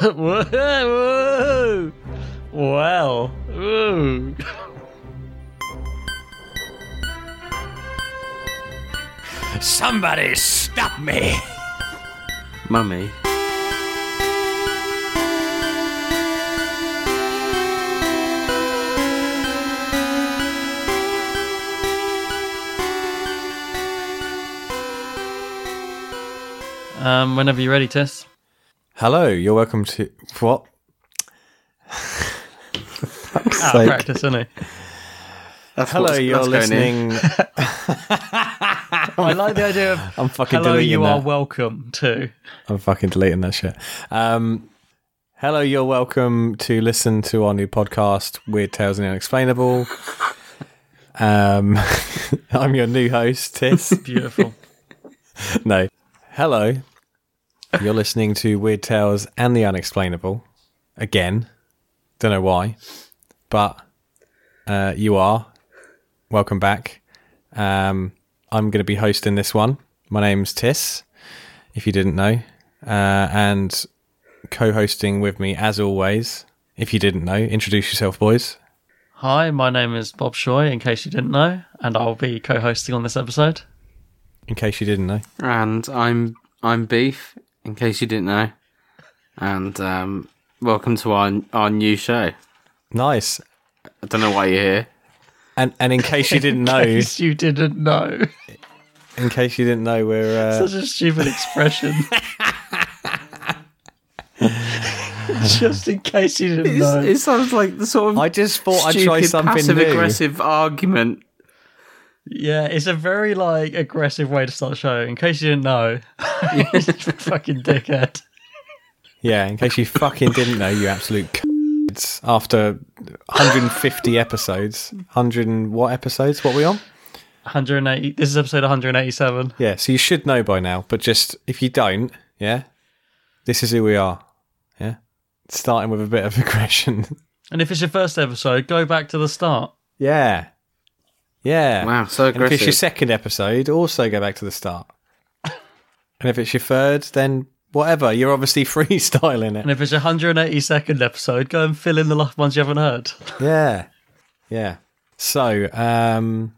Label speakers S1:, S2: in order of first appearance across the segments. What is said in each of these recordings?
S1: whoa, whoa. Well. Whoa.
S2: Somebody stop me!
S3: Mummy.
S1: Um, whenever you're ready, Tess.
S4: Hello, you're welcome to what?
S1: Out of practice, isn't it?
S3: That's
S4: Hello,
S3: what's-
S4: you're
S3: that's going in.
S4: listening.
S1: I like the idea of
S4: I'm fucking
S1: hello,
S4: deleting
S1: you
S4: that.
S1: are welcome to.
S4: I'm fucking deleting that shit. Um, hello, you're welcome to listen to our new podcast, Weird Tales and the Unexplainable. Um, I'm your new host, Tiss.
S1: Beautiful.
S4: no. Hello, you're listening to Weird Tales and the Unexplainable again. Don't know why, but uh, you are. Welcome back. Um, I'm going to be hosting this one. My name's Tiss, if you didn't know, uh, and co-hosting with me as always. If you didn't know, introduce yourself, boys.
S1: Hi, my name is Bob Shoy, in case you didn't know, and I'll be co hosting on this episode.
S4: In case you didn't know,
S3: And I'm I'm Beef, in case you didn't know. And um, welcome to our our new show.
S4: nice.
S3: I don't know why you're here.
S4: And and in case you didn't know,
S1: In case you didn't know.
S4: in case you didn't know, we're uh,
S1: Such a stupid expression. Just in case you didn't know.
S3: It sounds like the sort of
S4: I just thought I'd
S3: stupid,
S4: try something
S3: passive
S4: new.
S3: aggressive argument.
S1: Yeah, it's a very like aggressive way to start the show. In case you didn't know, fucking dickhead.
S4: Yeah, in case you fucking didn't know, you absolute c***s. After 150 episodes, 100 and what episodes? What are we on?
S1: 180. This is episode 187.
S4: Yeah, so you should know by now, but just if you don't, yeah, this is who we are. Yeah, starting with a bit of aggression.
S1: And if it's your first episode, go back to the start.
S4: yeah, yeah.
S3: Wow, so
S4: And if it's your
S3: aggressive.
S4: second episode, also go back to the start. And if it's your third, then whatever. You're obviously freestyling it.
S1: And if it's your 182nd episode, go and fill in the lo- ones you haven't heard.
S4: Yeah. Yeah. So, um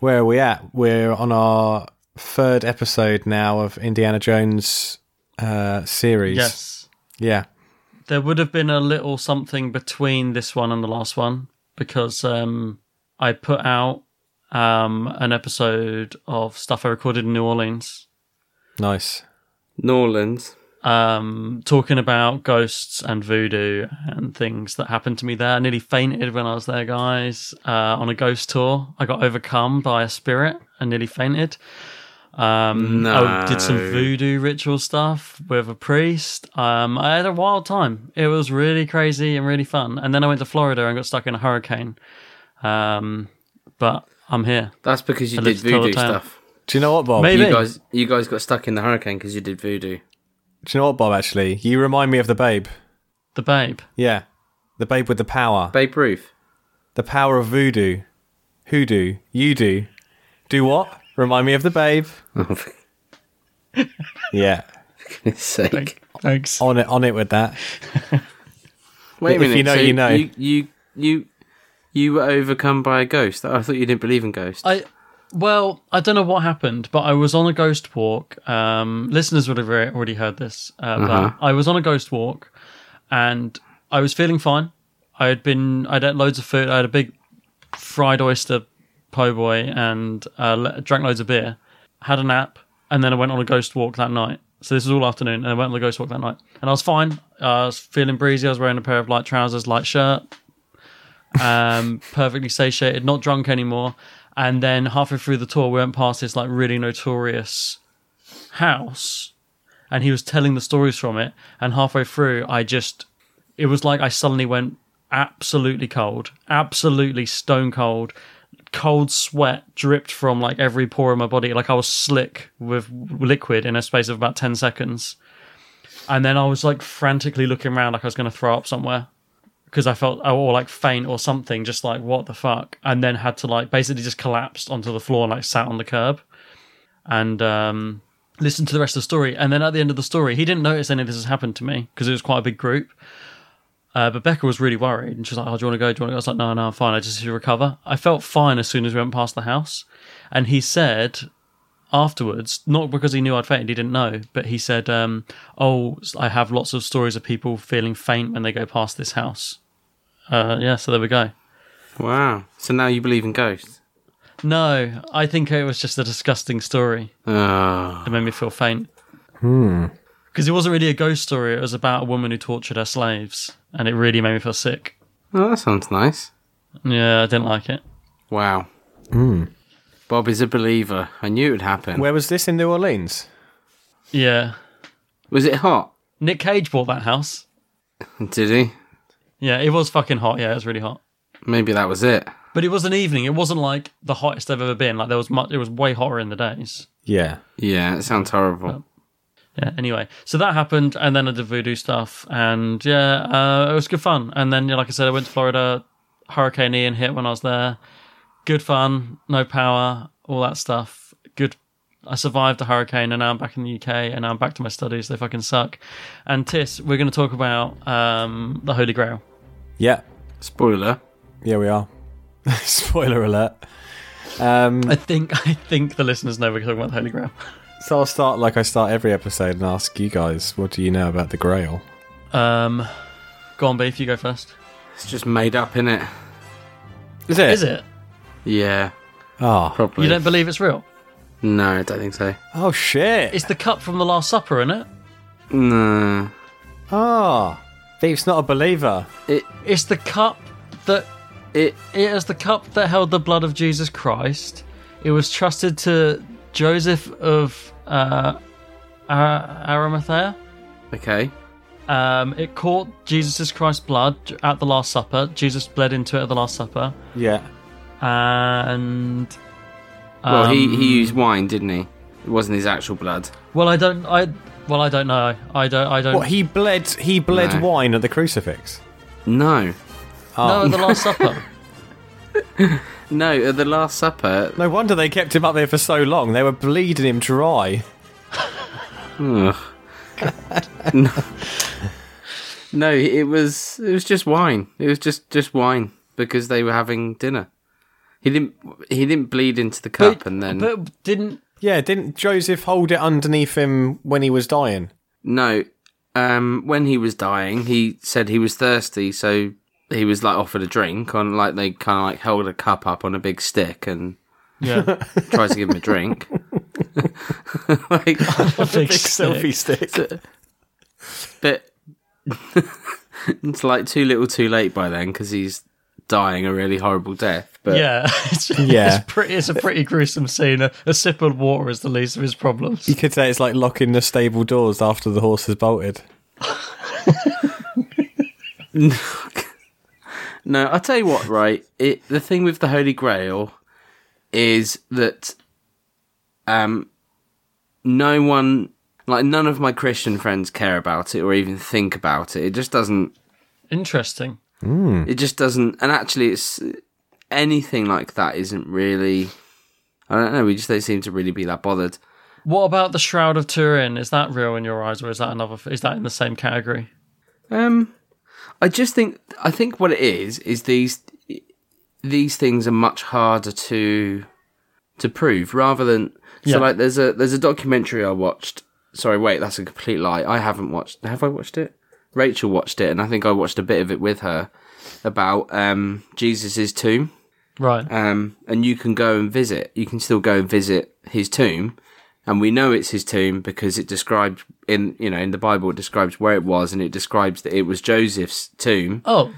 S4: where are we at? We're on our third episode now of Indiana Jones uh series.
S1: Yes.
S4: Yeah.
S1: There would have been a little something between this one and the last one because um, I put out um, an episode of stuff I recorded in New Orleans.
S4: Nice.
S3: Norlands.
S1: um, talking about ghosts and voodoo and things that happened to me there. I nearly fainted when I was there, guys, uh, on a ghost tour. I got overcome by a spirit and nearly fainted. Um, I did some
S3: No.
S1: voodoo ritual stuff with a priest. Um, I had a wild time. It was really crazy and really fun. And then I went to Florida and got stuck in a hurricane. Um, but I'm here.
S3: That's because you
S1: I
S3: did
S1: lived till the
S3: voodoo
S1: town.
S3: stuff.
S4: Do you know what, Bob?
S1: Maybe.
S3: You guys, you guys got stuck in the hurricane because you did voodoo.
S4: Do you know what, Bob? Actually, you remind me of the Babe.
S1: The babe.
S4: Yeah, the Babe with the power,
S3: Babe Ruth.
S4: the power of voodoo, hoodoo, you do, do what? Remind me of the Babe.
S3: Oh, for
S4: Yeah,
S3: goodness sake.
S1: Thanks.
S4: on it, on it with that.
S3: Wait a
S4: If
S3: minute.
S4: you know,
S3: so
S4: you know.
S3: You, you, you, you were overcome by a ghost. I thought you didn't believe in ghosts.
S1: I well, I don't know what happened, but I was on a ghost walk. Um, listeners would have re- already heard this, uh, but I was on a ghost walk, and I was feeling fine. I had been, I'd had loads of food. I had a big fried oyster po' boy and uh, le- drank loads of beer. Had a nap, and then I went on a ghost walk that night. So this was all afternoon, and I went on the ghost walk that night, and I was fine. I was feeling breezy. I was wearing a pair of light trousers, light shirt, um, perfectly satiated, not drunk anymore. And then halfway through the tour, we went past this like really notorious house, and he was telling the stories from it. And halfway through, I just, it was like I suddenly went absolutely cold, absolutely stone cold. Cold sweat dripped from like every pore in my body. Like I was slick with liquid in a space of about 10 seconds. And then I was like frantically looking around like I was going to throw up somewhere because I felt oh, or like faint or something, just like what the fuck, and then had to like basically just collapsed onto the floor and like sat on the curb, and um, listened to the rest of the story. And then at the end of the story, he didn't notice any of this has happened to me because it was quite a big group. Uh, but Becca was really worried, and she was like, "Oh, do you want to go? Do you want to go?" I was like, "No, no, I'm fine. I just need to recover." I felt fine as soon as we went past the house, and he said afterwards, not because he knew I'd fainted, he didn't know, but he said, um, "Oh, I have lots of stories of people feeling faint when they go past this house." Uh, yeah, so there we go.
S3: Wow. So now you believe in ghosts?
S1: No, I think it was just a disgusting story
S3: Oh.
S1: that made me feel faint. Hmm. Because it wasn't really a ghost story; it was about a woman who tortured her slaves, and it really made me feel sick.
S3: oh, that sounds nice.
S1: Yeah, I didn't like it.
S3: Wow. Mm.
S1: Hmm.
S3: Bob is a believer. I knew it would happen.
S4: Where was this in New Orleans?
S1: Yeah,
S3: was it hot?
S1: Nick Cage bought that house.
S3: Did he?
S1: Yeah, it was fucking hot. Yeah, it was really hot.
S3: Maybe that was it.
S1: But it was an evening. It wasn't like the hottest I've ever been. Like there was much. It was way hotter in the days.
S4: Yeah.
S3: Yeah, it sounds
S1: Oh.
S3: horrible.
S1: Yeah. Anyway, so that happened, and then I did voodoo stuff, and yeah, uh, it was good fun. And then, yeah, like I said, I went to Florida. Hurricane Ian hit when I was there. Good fun. No power. All that stuff. Good. I survived the hurricane, and now I'm back in the UK, and now I'm back to my studies. They fucking suck. And Tis, we're going to talk about um, the Holy Grail.
S4: Yeah.
S3: Spoiler.
S4: Yeah, we are. Spoiler alert. Um,
S1: I think I think the listeners know we're talking about the Holy Grail.
S4: so I'll start like I start every episode and ask you guys, what do you know about the Grail?
S1: Um, go on, Beef. You go first.
S3: It's just made up, in it?
S4: Is it?
S1: Is it?
S3: Yeah,
S4: Oh,
S3: probably.
S1: You don't believe it's real?
S3: No, I don't think so.
S4: oh shit.
S1: It's the cup from the Last Supper, isn't it?
S3: No.
S4: Ah, oh, Beef's not a believer.
S3: It
S1: It's the cup that
S3: it
S1: it is the cup that held the blood of Jesus Christ. It was trusted to Joseph of uh, Ar- Arimathea.
S3: okay.
S1: Um, it caught Jesus Christ's blood at the Last Supper. Jesus bled into it at the Last Supper,
S4: Yeah.
S1: and
S3: Well, he
S1: um,
S3: he used wine, didn't he? It wasn't his actual blood.
S1: well, I don't, I well, I don't know. I don't, I don't.
S4: What he bled? He bled
S3: No.
S4: wine at the crucifix.
S3: No.
S1: no, at the Last Supper.
S3: No, at the Last Supper.
S4: No wonder they kept him up there for so long. They were bleeding him dry.
S3: Ugh. no. no, it was it was just wine. It was just just wine because they were having dinner. He didn't he didn't bleed into the cup and then
S1: but didn't
S4: Yeah, didn't Joseph hold it underneath him when he was dying?
S3: No. Um, when he was dying, he said he was thirsty, so he was like offered a drink on like they kind of like held a cup up on a big stick and
S1: yeah.
S3: tried to give him a drink. like,
S1: Big
S4: Selfie stick.
S3: but it's like too little, too late by then because he's dying a really horrible death. But
S1: Yeah, it's,
S4: Yeah.
S1: it's pretty. It's a pretty gruesome scene. A, a sip of water is the least of his problems.
S4: You could say it's like locking the stable doors after the horse has bolted.
S3: No, I'll tell you what, right? It the thing with the Holy Grail is that um no one like none of my Christian friends care about it or even think about it. It just doesn't
S1: Interesting.
S3: it just doesn't and actually it's anything like that isn't really I don't know, we just don't seem to really be that bothered.
S1: What about the Shroud of Turin? Is that real in your eyes, or is that another? Is that in the same category?
S3: Um, I just think I think what it is is these these things are much harder to to prove rather than
S1: Yeah.
S3: so like there's a there's a documentary I watched. Sorry, wait, that's a complete lie. I haven't watched. Have I watched it? Rachel watched it, and I think I watched a bit of it with her about um Jesus's tomb.
S1: Right.
S3: Um, and you can go and visit. You can still go and visit his tomb, and we know it's his tomb because it describes in you know in the Bible it describes where it was, and it describes that it was Joseph's tomb.
S1: oh,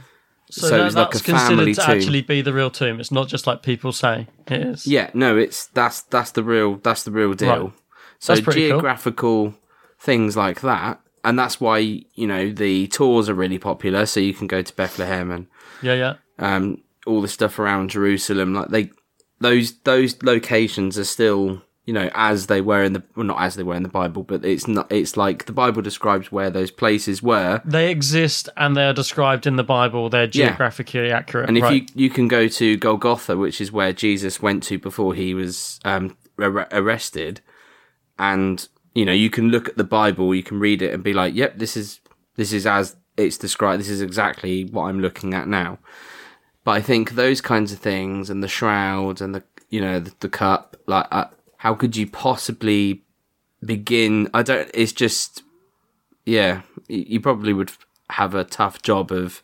S1: so,
S3: so
S1: that,
S3: it's like
S1: that's
S3: a family
S1: considered to
S3: tomb.
S1: actually be the real tomb. It's not just like people say it is.
S3: Yeah, no, it's that's that's the real that's the real deal.
S1: Right.
S3: So
S1: That's pretty cool.
S3: geographical things like that. And that's why, you know, the tours are really popular. So you can go to Bethlehem and
S1: Yeah, yeah.
S3: um, all the stuff around Jerusalem, like they those those locations are still you know as they were in the well, not as they were in the Bible, but it's not it's like the Bible describes where those places were,
S1: They exist and they are described in the Bible. They're geographically accurate.
S3: and if
S1: right.
S3: you you can go to Golgotha, which is where Jesus went to before he was um, ar- arrested, and you know you can look at the Bible, you can read it and be like, yep, this is this is as it's described, this is exactly what I'm looking at now. But I think those kinds of things and the shroud and the you know the, the cup, like uh, how could you possibly begin? I don't. It's just yeah, y- you probably would have a tough job of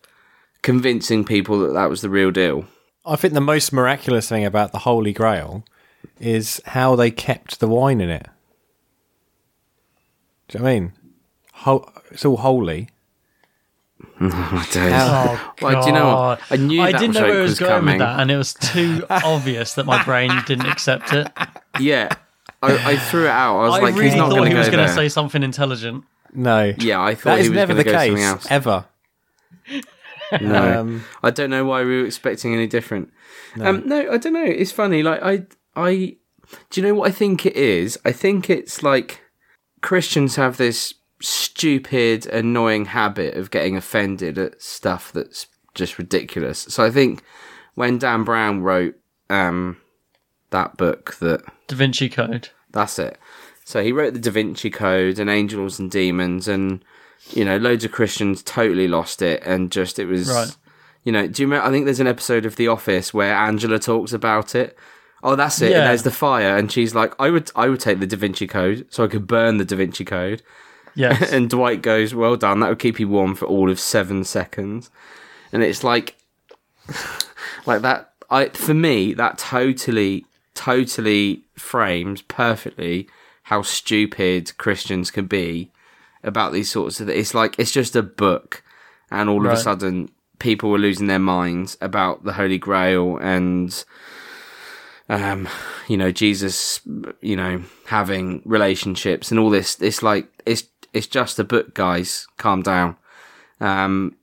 S3: convincing people that that was the real deal.
S4: I think the most miraculous thing about the Holy Grail is how they kept the wine in it. Do you know what I mean? Ho- it's all holy.
S3: I don't.
S1: Oh,
S3: Well, do you know what?
S1: God.
S3: I knew that
S1: didn't know
S3: joke
S1: where it was,
S3: was
S1: going
S3: coming.
S1: with that, and it was too obvious that my brain didn't accept it.
S3: yeah, I, I threw it out. I was
S1: I
S3: like,
S1: really
S3: he's not
S1: thought
S3: going
S1: he
S3: to
S1: was
S3: go
S1: going
S3: there.
S1: to say something intelligent.
S4: No.
S3: yeah, I thought
S4: that
S3: he
S4: is
S3: was
S4: never
S3: going to
S4: the
S3: go something
S4: case
S3: else.
S4: ever.
S3: No,
S4: Um,
S3: I don't know why we were expecting any different. No. Um, no, I don't know. It's funny. Like I, I, do you know what I think it is? I think it's like Christians have this stupid, annoying habit of getting offended at stuff that's just ridiculous. So I think when Dan Brown wrote um, that book that
S1: Da Vinci Code.
S3: that's it. So he wrote the Da Vinci Code and Angels and Demons, and you know, loads of Christians totally lost it, and just it was,
S1: Right.
S3: you know, do you remember? I think there's an episode of The Office where Angela talks about it. Oh, that's it.
S1: Yeah.
S3: There's the fire, and she's like, I would, I would take the Da Vinci Code so I could burn the Da Vinci Code.
S1: Yes.
S3: And Dwight goes, Well done, that would keep you warm for all of seven seconds. And it's like like that I for me, that totally, totally frames perfectly how stupid Christians can be about these sorts of it's like it's just a book and all of
S1: Right.
S3: a sudden people were losing their minds about the Holy Grail and um, you know, Jesus, you know, having relationships and all this. It's like it's it's just a book, guys. Calm down. Um,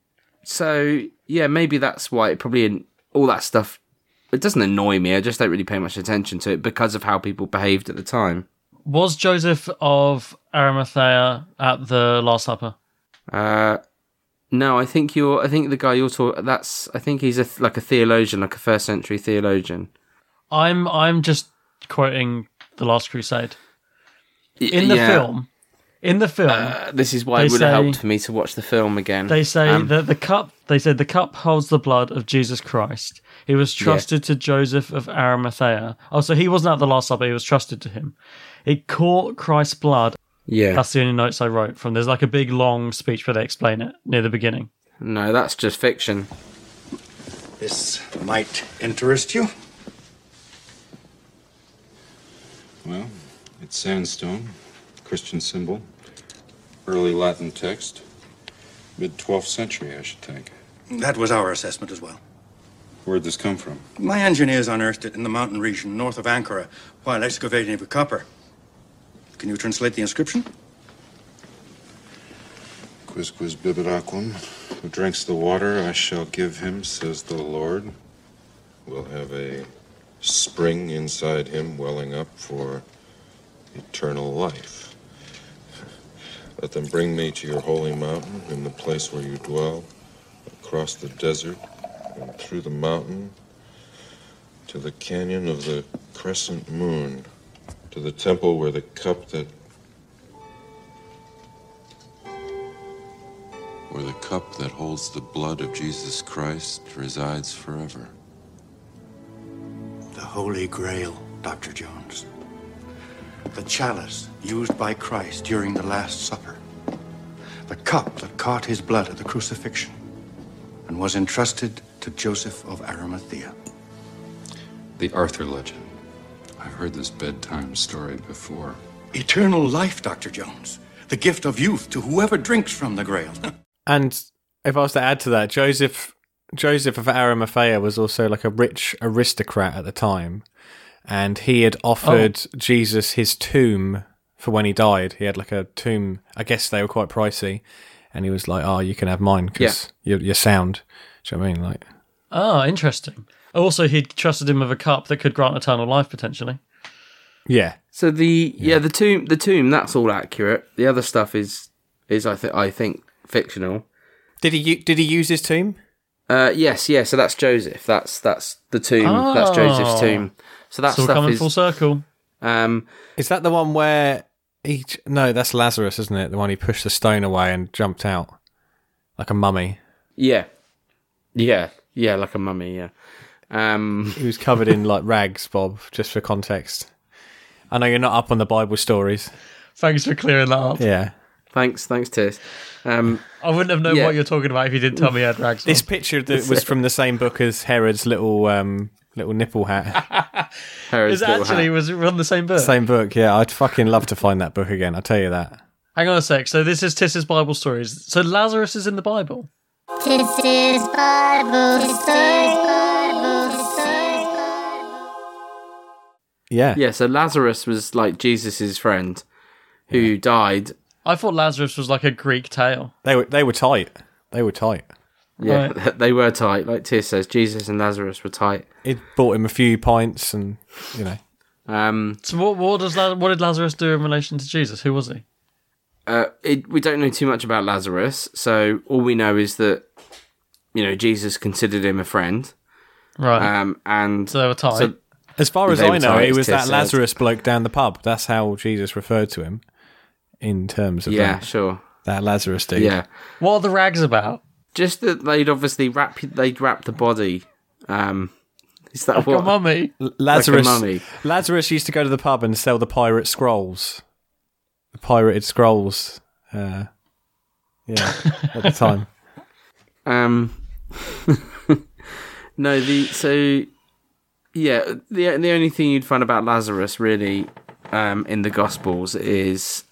S3: so yeah, maybe that's why it probably all that stuff. It doesn't annoy me. I just don't really pay much attention to it because of how people behaved at the time.
S1: was Joseph of Arimathea at the Last Supper?
S3: Uh, no, I think you're. I think the guy you're talking. That's. I think he's a th- like a theologian, like a first century theologian.
S1: I'm I'm just quoting the Last Crusade
S3: Y-
S1: in the
S3: yeah.
S1: film. In the film,
S3: Uh, this is why it
S1: They
S3: would have
S1: say-
S3: helped for me to watch the film again.
S1: They say
S3: Um,
S1: that the cup. They said the cup holds the blood of Jesus Christ. He was trusted to Joseph of Arimathea. Oh, so he wasn't at the Last Supper. He was trusted to him. It caught Christ's blood.
S3: yeah.
S1: That's the only notes I wrote from. There's like a big long speech where they explain it near the beginning.
S3: No, that's just fiction.
S5: This might interest you.
S6: Well, it's sandstone, Christian symbol, early Latin text, mid 12th century, I should think.
S5: That was our assessment as well.
S6: Where'd this come from?
S5: My engineers unearthed it in the mountain region north of Ankara while excavating for copper. Can you translate the inscription?
S6: Quis quis bibit aquam, who drinks the water I shall give him, says the Lord. Will have a spring inside him welling up for eternal life. Let them bring me to your holy mountain, in the place where you dwell, across the desert and through the mountain, to the canyon of the crescent moon, to the temple where the cup that where the cup that holds the blood of Jesus Christ resides forever.
S5: The Holy Grail, Dr. Jones. The chalice used by Christ during the Last Supper. The cup that caught his blood at the crucifixion and was entrusted to Joseph of Arimathea.
S6: The Arthur legend. I've heard this bedtime story before.
S5: Eternal life, Dr. Jones. The gift of youth to whoever drinks from the Grail.
S4: And if I was to add to that, Joseph Joseph of Arimathea was also like a rich aristocrat at the time, and he had offered Jesus his tomb for when he died. He had like a tomb. I guess they were quite pricey, and he was like, "Oh, you can have mine because you're, you're sound." Do you know what I mean? Like,
S1: Ah, interesting. Also, he'd trusted him with a cup that could grant eternal life potentially.
S4: yeah,
S3: So the yeah. the tomb the tomb that's all accurate. The other stuff is is I think I think fictional.
S4: did he u- did he use his tomb?
S3: Uh, yes, yeah. So that's Joseph. That's that's the tomb. That's Joseph's
S1: Oh.
S3: tomb. So that
S1: So we're
S3: stuff
S1: coming
S3: is
S1: full circle.
S3: um
S4: Is that the one where each? No, that's Lazarus, isn't it? The one he pushed the stone away and jumped out like a mummy.
S3: yeah yeah yeah like a mummy yeah um
S4: He was covered in like rags, Bob. Just for context, I know you're not up on the Bible stories.
S1: Thanks for clearing that up.
S4: Yeah,
S3: thanks thanks Tiz um
S1: I wouldn't have known
S3: Yeah.
S1: what you're talking about if you didn't tell me I had rags.
S4: this
S1: on.
S4: picture that was from the same book as Herod's little um little nipple hat.
S3: Herod's
S1: Is it
S3: little
S1: actually
S3: hat.
S1: was it on the same book?
S4: Same book, yeah. I'd fucking love to find that book again. I tell you that.
S1: Hang on a sec. So this is Tiss's Bible stories. So Lazarus is in the Bible.
S7: This is Bible Sisters. Bible
S4: Yeah,
S3: yeah so Lazarus was like Jesus's friend who died
S1: I thought Lazarus was like a Greek tale.
S4: they were they were tight. They were tight.
S3: yeah
S1: Right.
S3: they were tight like Tiz says Jesus and Lazarus were tight
S4: It bought him a few pints, and you know,
S3: um
S1: So what, what does La- what did Lazarus do in relation to Jesus? Who was he?
S3: uh, it, we don't know too much about Lazarus, so all we know is that you know Jesus considered him a friend,
S1: Right.
S3: um, and
S1: so they were tied.
S3: so-
S4: as far as
S3: They were
S4: I know,
S3: tight,
S4: it was
S3: Tis
S4: that
S3: said.
S4: Lazarus bloke down the pub. That's how Jesus referred to him in terms of
S3: yeah,
S4: that,
S3: sure,
S4: that Lazarus dude.
S3: yeah,
S1: what are the rags about?
S3: just that they'd obviously wrap they'd wrap the body. Um, is that
S1: Your
S3: what?
S1: mummy.
S3: uh,
S4: L- Lazarus.
S3: mummy.
S4: Lazarus used to go to the pub and sell the pirate scrolls, the pirated scrolls. Uh, yeah, at the time.
S3: Um, no, the so yeah, the the only thing you'd find about Lazarus really um, in the Gospels is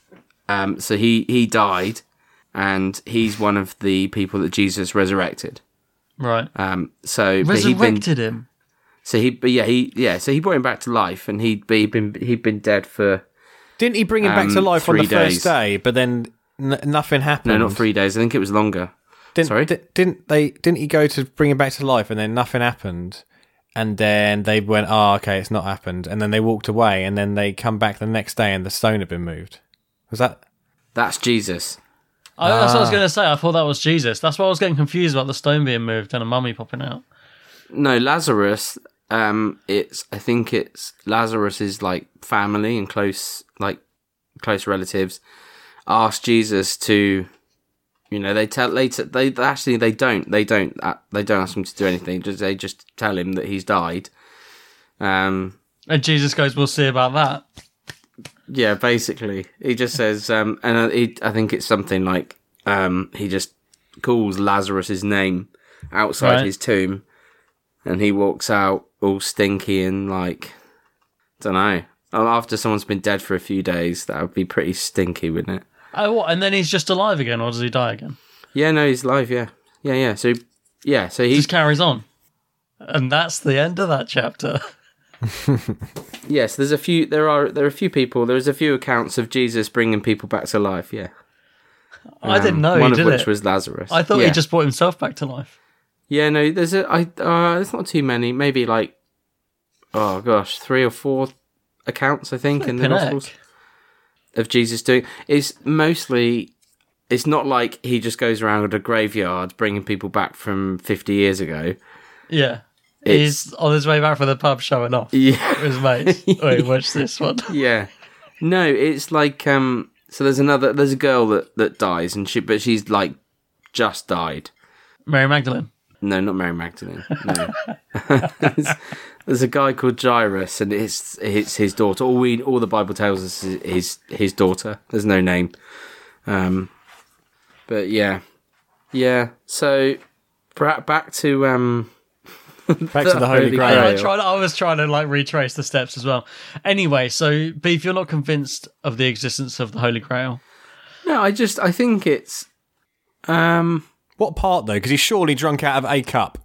S3: um, so he he died, and he's one of the people that Jesus resurrected.
S1: Right.
S3: Um, so but he'd been
S1: Resurrected him.
S3: so he but yeah he yeah so he brought him back to life, and he'd be he'd been he'd been dead for
S4: Didn't he bring him back to
S3: Um,
S4: life on the
S3: three
S4: first
S3: days.
S4: day? But then n- nothing
S3: no
S4: happened.
S3: not three days. I think it was longer.
S4: Didn't,
S3: Sorry?
S4: di- didn't they? Didn't he go to bring him back to life, and then nothing happened? And then they went, "Oh, okay, it's not happened." And then they walked away, and then they come back the next day, and the stone had been moved. Was that?
S3: That's Jesus.
S1: I, Oh, that's
S3: Ah.
S1: what I was going to say. I thought that was Jesus. That's why I was getting confused about the stone being moved and a mummy popping out.
S3: No, Lazarus. Um, it's I think it's Lazarus's like family and close like close relatives asked Jesus to, you know, they tell they t- they actually they don't they don't uh, they don't ask him to do anything. Just they just tell him that he's died. Um,
S1: And Jesus goes, "We'll see about that."
S3: yeah, basically he just says, um, and uh, he, I think it's something like um, he just calls Lazarus's name outside
S1: Right.
S3: his tomb, and he walks out all stinky and like, don't know. After someone's been dead for a few days, that would be pretty stinky, wouldn't it?
S1: Oh, what? And then he's just alive again, or does he die again?
S3: Yeah, no, he's alive. Yeah, yeah, yeah. So, yeah, so
S1: He
S3: he,
S1: just carries on, and that's the end of that chapter.
S3: yes, there's a few. There are there are a few people. There's a few accounts of Jesus bringing people back to life. Yeah,
S1: I didn't
S3: Um,
S1: know
S3: One
S1: he did
S3: of which
S1: it.
S3: was Lazarus.
S1: I thought
S3: yeah.
S1: he just brought himself back to life.
S3: Yeah, no, there's a I uh there's not too many, maybe like oh gosh, three or four accounts I think in the
S1: Flippin'
S3: Gospels
S1: heck.
S3: of Jesus doing. It's mostly it's not like he just goes around a graveyard bringing people back from 50 years ago.
S1: Yeah.
S3: It's-
S1: He's on his way back from the pub showing off
S3: Yeah.
S1: with his mates. Wait, watch this one.
S3: Yeah. No, it's like um so there's another there's a girl that that dies and she but she's like just died.
S1: Mary Magdalene.
S3: No, not Mary Magdalene. No. there's, there's a guy called Jairus, and it's it's his daughter. All we all the Bible tells us is his his daughter. There's no name. Um, but yeah, yeah. So bra- back to um
S4: Back to the Holy
S3: Holy
S4: Grail.
S1: I,
S3: Grail.
S1: tried, I was trying to like retrace the steps as well. Anyway, so Beef, you're not convinced of the existence of the Holy Grail.
S3: no. I just I think it's um
S4: What part though? Because he's surely drunk out of a cup.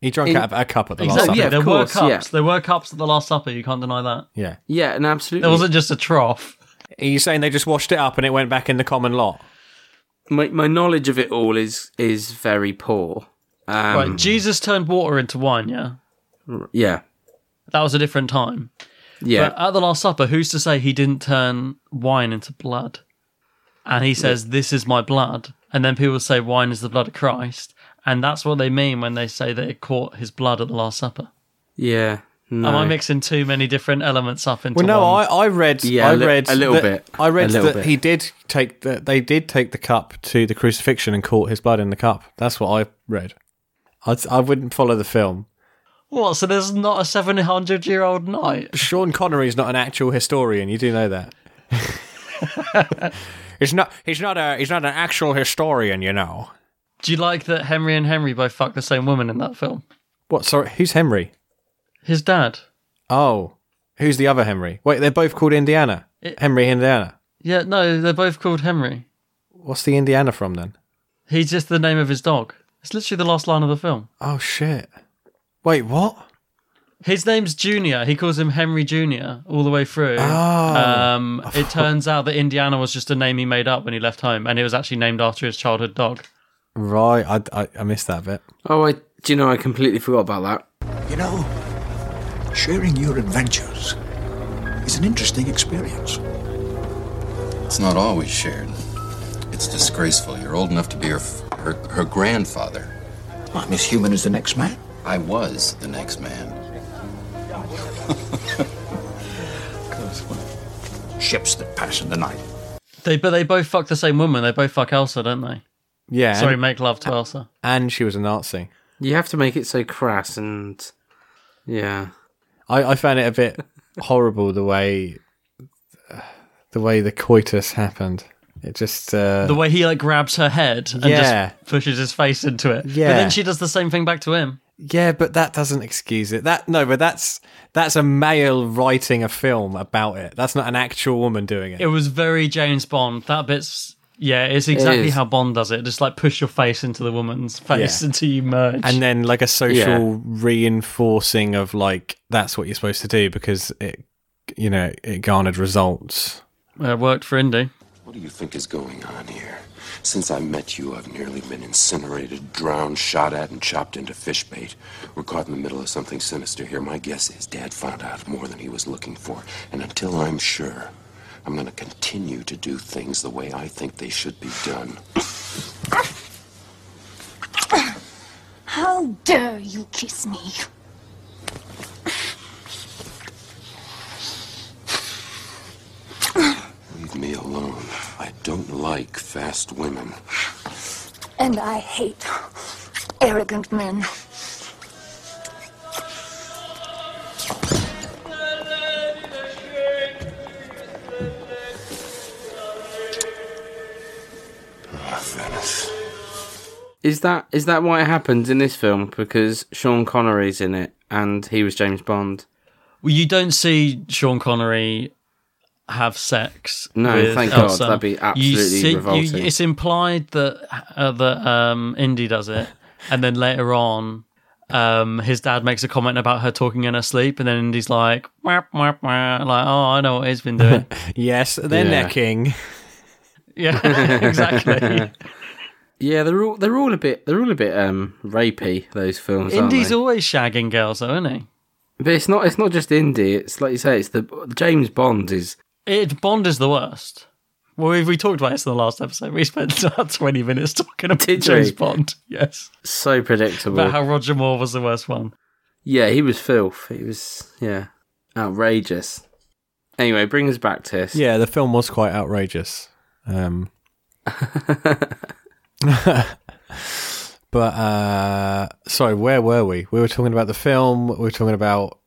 S4: He drunk
S3: In-
S4: out of a cup at the
S3: Exactly.
S4: last
S3: yeah,
S4: supper.
S3: of
S1: there
S3: course,
S1: were
S3: yeah.
S1: cups. There were cups at the Last Supper. You can't deny that.
S4: Yeah.
S3: yeah, and absolutely
S1: There wasn't just a trough.
S4: Are you saying they just washed it up and it went back in the common lot?
S3: My my knowledge of it all is is very poor. Um,
S1: right, Jesus turned water into wine, yeah?
S3: Yeah,
S1: That was a different time.
S3: yeah.
S1: But uh, at the Last Supper, who's to say he didn't turn wine into blood? And he says, This is my blood. And then people say, Wine is the blood of Christ. And that's what they mean when they say that it caught his blood at the Last Supper.
S3: Yeah. No.
S1: Am I mixing too many different elements up into
S4: Well, no, I,
S1: one?
S4: I read.
S3: Yeah, a
S4: I
S3: li-
S4: read
S3: a little
S4: that-
S3: bit.
S4: I read
S3: A little
S4: that
S3: bit.
S4: he did take the, They did take the cup to the crucifixion and caught his blood in the cup. That's what I read. I'd, I wouldn't follow the film.
S1: What? So there's not a 700 year old knight?
S4: Sean Connery is not an actual historian. You do know that. he's not. He's not a. He's not an actual historian. You know.
S1: Do you like that Henry and Henry both fuck the same woman in that film?
S4: What? Sorry. Who's Henry?
S1: His dad.
S4: Oh, who's the other Henry? Wait, they're both called Indiana.
S1: It-
S4: Henry Indiana.
S1: Yeah, no, they're both called Henry.
S4: What's the Indiana from then?
S1: He's just the name of his dog. It's literally the last line of the film.
S4: Oh shit. Wait, what?
S1: His name's Junior. He calls him Henry Junior all the way through.
S4: Oh, Ah.
S1: Um, it turns out that Indiana was just a name he made up when he left home, and it was actually named after his childhood dog.
S4: Right, I, I, I missed that bit.
S3: Oh, I. Do you know? I completely forgot about that.
S8: You know, sharing your adventures is an interesting experience.
S9: It's not always shared. It's disgraceful. You're old enough to be her, her, her grandfather.
S8: I'm as human as the next man.
S9: I was the next man.
S8: Ships that pass in the night.
S1: They, but they both fuck the same woman. They both fuck Elsa, don't they?
S4: Yeah,
S1: Sorry,
S4: and,
S1: make love to Elsa.
S4: and she was a Nazi.
S3: You have to make it so crass and. Yeah.
S4: I, I found it a bit horrible the way the way the coitus happened. It just uh,
S1: The way he like grabs her head and
S4: Yeah.
S1: just pushes his face into it.
S4: Yeah.
S1: But then she does the same thing back to him.
S4: yeah, but that doesn't excuse it. That no, but that's that's a male writing a film about it. That's not an actual woman doing it.
S1: It was very James Bond. That bit's yeah, it's exactly
S3: is.
S1: how Bond does it. Just like push your face into the woman's face
S4: Yeah.
S1: until you merge.
S4: and then like a social
S3: Yeah.
S4: reinforcing of like that's what you're supposed to do because it you know it garnered results.
S1: uh, worked for Indy.
S9: What do you think is going on here? Since I met you, I've nearly been incinerated, drowned, shot at, and chopped into fish bait. We're caught in the middle of something sinister here. My guess is Dad found out more than he was looking for. And until I'm sure, I'm going to continue to do things the way I think they should be done.
S7: How dare you kiss me?
S9: Leave me alone. I don't like fast women.
S7: And I hate arrogant men.
S9: Venice.
S3: Is that is that why it happens in this film? Because Sean Connery's in it, and he was James Bond.
S1: Well, you don't see Sean Connery have sex.
S3: No,
S1: with
S3: thank God.
S1: Elsa.
S3: That'd be absolutely revolting.
S1: it's implied that uh, that um, Indy does it, and then later on, um, his dad makes a comment about her talking in her sleep, and then Indy's like, "Wah, wah, wah," like, oh, I know what he's been doing.
S4: Yes, they're
S3: Yeah.
S4: necking.
S1: yeah, exactly.
S3: Yeah, they're all they're all a bit they're all a bit um rapey those films. aren't
S1: Indy's
S3: they?
S1: always shagging girls, though, isn't he?
S3: but it's not it's not just indie. It's like you say, it's the James Bond is
S1: It, Bond is the worst. Well, we, we talked about this in the last episode. We spent about 20 minutes talking about
S3: Did
S1: James
S3: we?
S1: Bond. Yes.
S3: so predictable.
S1: About how Roger Moore was the worst one.
S3: Yeah, he was filth. He was yeah outrageous. Anyway, bring us back to this.
S4: Yeah, the film was quite outrageous. Um, but uh, sorry, where were we? We were talking about the film. We were talking about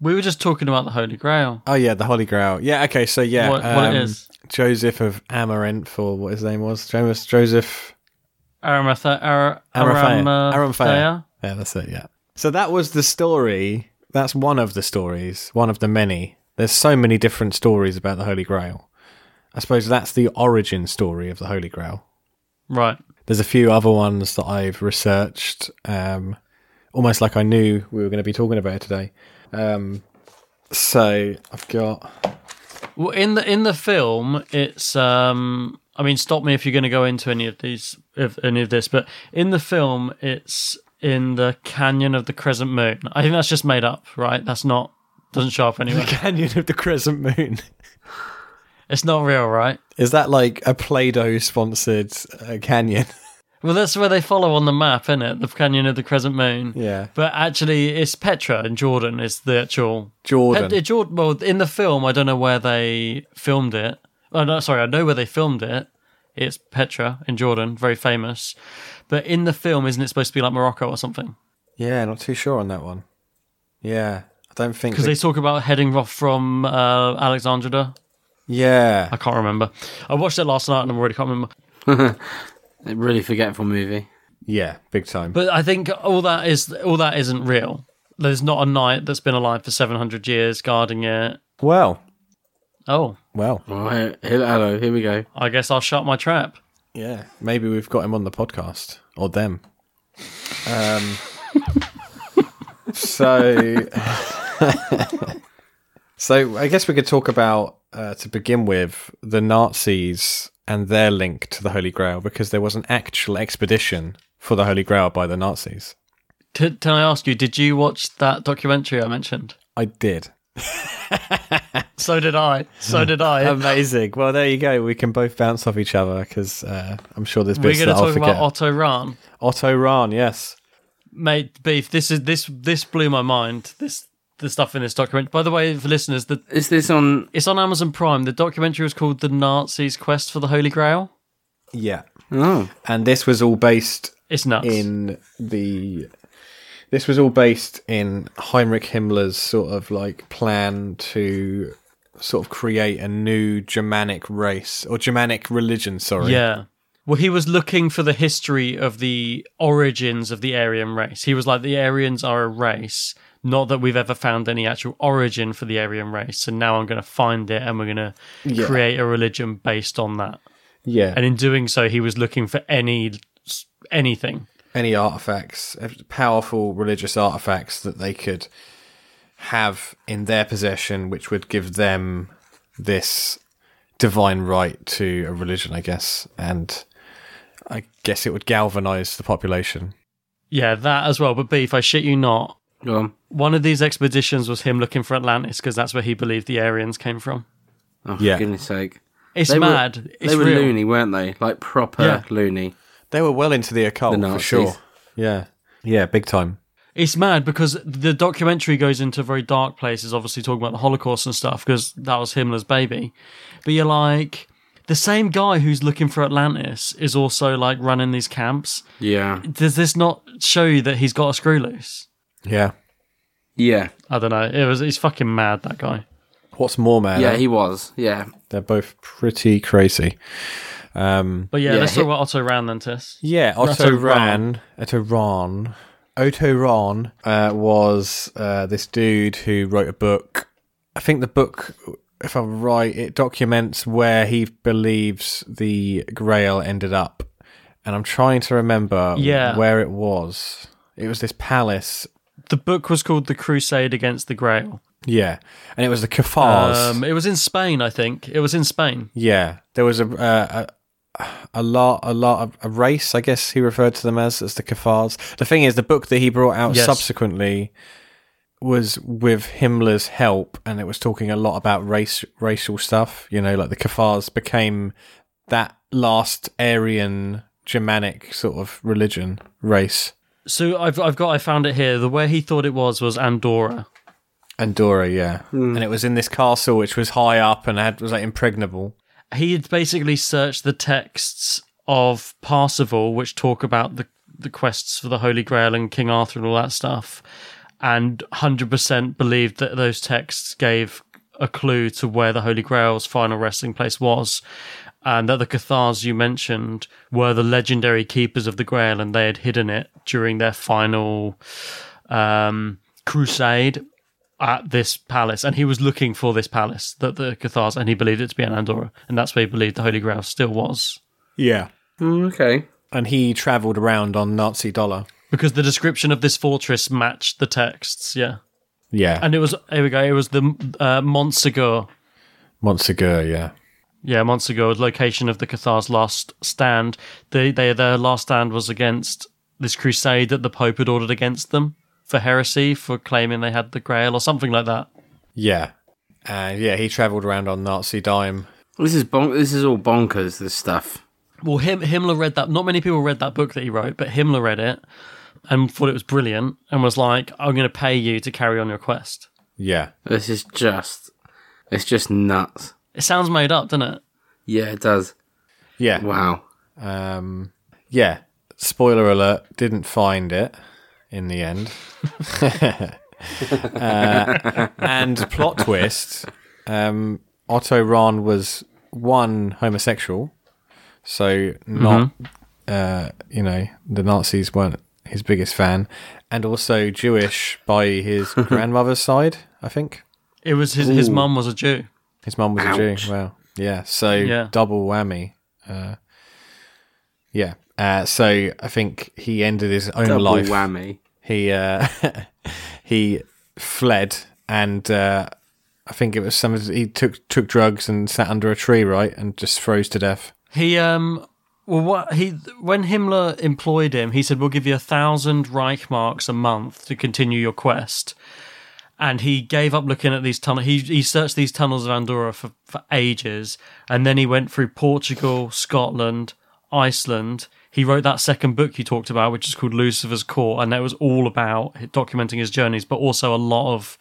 S1: We were just talking about the Holy Grail.
S4: oh yeah, the Holy Grail. Yeah, okay. So yeah, um,
S1: What-
S3: um,
S1: what it is.
S4: Joseph of Amaranth, or what his name was, Joseph. Joseph
S1: Arimatha- Ar-
S4: Aramthea.
S1: Arimathea.
S4: Aramthea. Yeah, that's it. Yeah. So that was the story. That's one of the stories, one of the many. There's so many different stories about the Holy Grail. I suppose that's the origin story of the Holy Grail.
S1: Right.
S4: There's a few other ones that I've researched, um, almost like I knew we were going to be talking about it today. Um, so I've got
S1: Well, in the in the film, it's um. I mean, stop me if you're going to go into any of these, if any of this. But in the film, it's in the canyon of the crescent moon. I think that's just made up, right? That's not doesn't show up anywhere.
S4: The Canyon of the Crescent Moon.
S1: It's not real, right?
S4: Is that like a Play Doh sponsored uh, canyon?
S1: Well, that's where they follow on the map, isn't it? The canyon of the crescent moon.
S4: Yeah.
S1: But actually, it's Petra in Jordan. Is the actual
S4: Jordan.
S1: Pet- Jordan. Well, in the film, I don't know where they filmed it. Oh no, sorry, I know where they filmed it. It's Petra in Jordan, very famous. But in the film, isn't it supposed to be like Morocco or something?
S4: Yeah, not too sure on that one. Yeah, I don't think.
S1: Because
S4: we-
S1: they talk about heading off from uh, Alexandria.
S4: yeah,
S1: I can't remember. I watched it last night and I already can't remember.
S3: A really forgetful movie.
S4: yeah, big time.
S1: But I think all that is all that isn't real. There's not a knight that's been alive for 700 years guarding it.
S4: well,
S1: Oh,
S4: well,
S3: Oh, he- hello, here we go.
S1: I guess I'll shut my trap.
S4: yeah. Maybe we've got him on the podcast or them. Um. so, so I guess we could talk about uh, to begin with the Nazis and their link to the Holy Grail because there was an actual expedition for the Holy Grail by the Nazis.
S1: T- can I ask you, did you watch that documentary I mentioned?
S4: I did.
S1: So did I. So did I.
S4: Amazing. Well, there you go. We can both bounce off each other because uh, I'm sure there's
S1: We're
S4: bits
S1: going to
S4: that I'll
S1: talk
S4: forget.
S1: about Otto Rahn.
S4: Otto Rahn, yes.
S1: Mate, beef. This is this this blew my mind. This the stuff in this document. By the way, for listeners, the
S3: Is this on?
S1: it's on Amazon Prime. The documentary was called "The Nazis' Quest for the Holy Grail."
S4: Yeah.
S3: Oh,
S4: And this was all based
S1: It's nuts.
S4: in the. This was all based in Heinrich Himmler's sort of like plan to sort of create a new Germanic race or Germanic religion, sorry.
S1: Yeah. Well, he was looking for the history of the origins of the Aryan race. He was like, the Aryans are a race. Not that we've ever found any actual origin for the Aryan race. So now I'm going to find it and we're going to create a religion based on that.
S4: Yeah.
S1: And in doing so, he was looking for any anything.
S4: any artifacts, uh, powerful religious artifacts that they could have in their possession, which would give them this divine right to a religion, I guess. And I guess it would galvanize the population.
S1: Yeah, that as well. But Beef, I shit you not.
S3: go on.
S1: One of these expeditions was him looking for Atlantis because that's where he believed the Aryans came from.
S3: Oh, for
S4: Yeah.
S3: goodness sake.
S1: It's
S3: They were-
S1: mad. it's
S3: they were
S1: real.
S3: loony, weren't they? Like proper
S1: Yeah.
S3: loony.
S4: They were well into the occult,
S3: The
S4: Oh, for
S3: Nazis.
S4: sure. Yeah. Yeah, big time.
S1: It's mad because the documentary goes into very dark places, obviously talking about the Holocaust and stuff, because that was Himmler's baby. But you're like, the same guy who's looking for Atlantis is also like running these camps.
S3: Yeah.
S1: Does this not show you that he's got a screw loose?
S4: Yeah.
S3: Yeah.
S1: I don't know. It was he's fucking mad that guy.
S4: What's more, man?
S3: Yeah, he was. Yeah.
S4: they're both pretty crazy. Um,
S1: But yeah,
S3: Yeah,
S1: let's
S3: he-
S1: talk about Otto Rahn then, Tess.
S4: Yeah, Otto Rahn. Otto Rahn. Otto Rahn uh, was uh, this dude who wrote a book. I think the book, if I'm right, it documents where he believes the Grail ended up. And I'm trying to remember
S1: Yeah.
S4: where it was. It was this palace.
S1: The book was called The Crusade Against the Grail.
S4: Yeah. And it was the Kafars.
S1: Um, it was in Spain, I think. It was in Spain.
S4: Yeah, there was a uh, a, a lot a lot of a race. I guess he referred to them as as the Kafars. The thing is, the book that he brought out
S1: Yes.
S4: subsequently was with Himmler's help, and it was talking a lot about race racial stuff. You know, like the Kafars became that last Aryan Germanic sort of religion race.
S1: So I've I've got I found it here. The where he thought it was was Andorra.
S4: Andorra, yeah, and it was in this castle which was high up and had was like impregnable.
S1: he had basically searched the texts of Parsifal, which talk about the the quests for the Holy Grail and King Arthur and all that stuff, and hundred percent believed that those texts gave a clue to where the Holy Grail's final resting place was, and that the Cathars you mentioned were the legendary keepers of the Grail, and they had hidden it during their final um, crusade at this palace, and he was looking for this palace that the Cathars, and he believed it to be in Andorra, and that's where he believed the Holy Grail still was.
S4: Yeah,
S1: Oh,
S3: Mm, okay.
S4: and he travelled around on Nazi dollar.
S1: Because the description of this fortress matched the texts, yeah,
S4: Yeah,
S1: and it was here we go. It was the uh, Montsegur,
S4: Montsegur, yeah.
S1: Yeah, Montsegur, location of the Cathars' last stand. They, they, their last stand was against this crusade that the Pope had ordered against them for heresy, for claiming they had the Grail or something like that.
S4: Yeah. And yeah, he travelled around on Nazi dime.
S3: This is bon- this is all bonkers. This stuff.
S1: Well, Him- Himmler read that. Not many people read that book that he wrote, but Himmler read it and thought it was brilliant and was like, "I'm going to pay you to carry on your quest."
S4: Yeah.
S3: This is just. It's just nuts.
S1: It sounds made up, doesn't it?
S3: Yeah, it does.
S4: Yeah.
S3: Wow.
S4: Um, yeah. Spoiler alert, didn't find it in the end. uh, and plot twist um, Otto Rahn was one homosexual, so not, uh, you know, the Nazis weren't his biggest fan, and also Jewish by his grandmother's side, I think.
S1: It was his his mum was a Jew.
S4: His mum was a
S3: Ouch.
S4: Jew. Wow. Yeah. So
S1: Yeah.
S4: double whammy. Uh, yeah. Uh, so I think he ended his own
S3: Double
S4: life.
S3: whammy.
S4: He uh, he fled, and uh, I think it was some. of- He took took drugs and sat under a tree, right, and just froze to death.
S1: He um well what he when Himmler employed him, he said, "We'll give you a thousand Reichmarks a month to continue your quest." And he gave up looking at these tunnels. He he searched these tunnels of Andorra for, for ages, and then he went through Portugal, Scotland, Iceland. He wrote that second book you talked about, which is called Lucifer's Court, and that was all about documenting his journeys, but also a lot of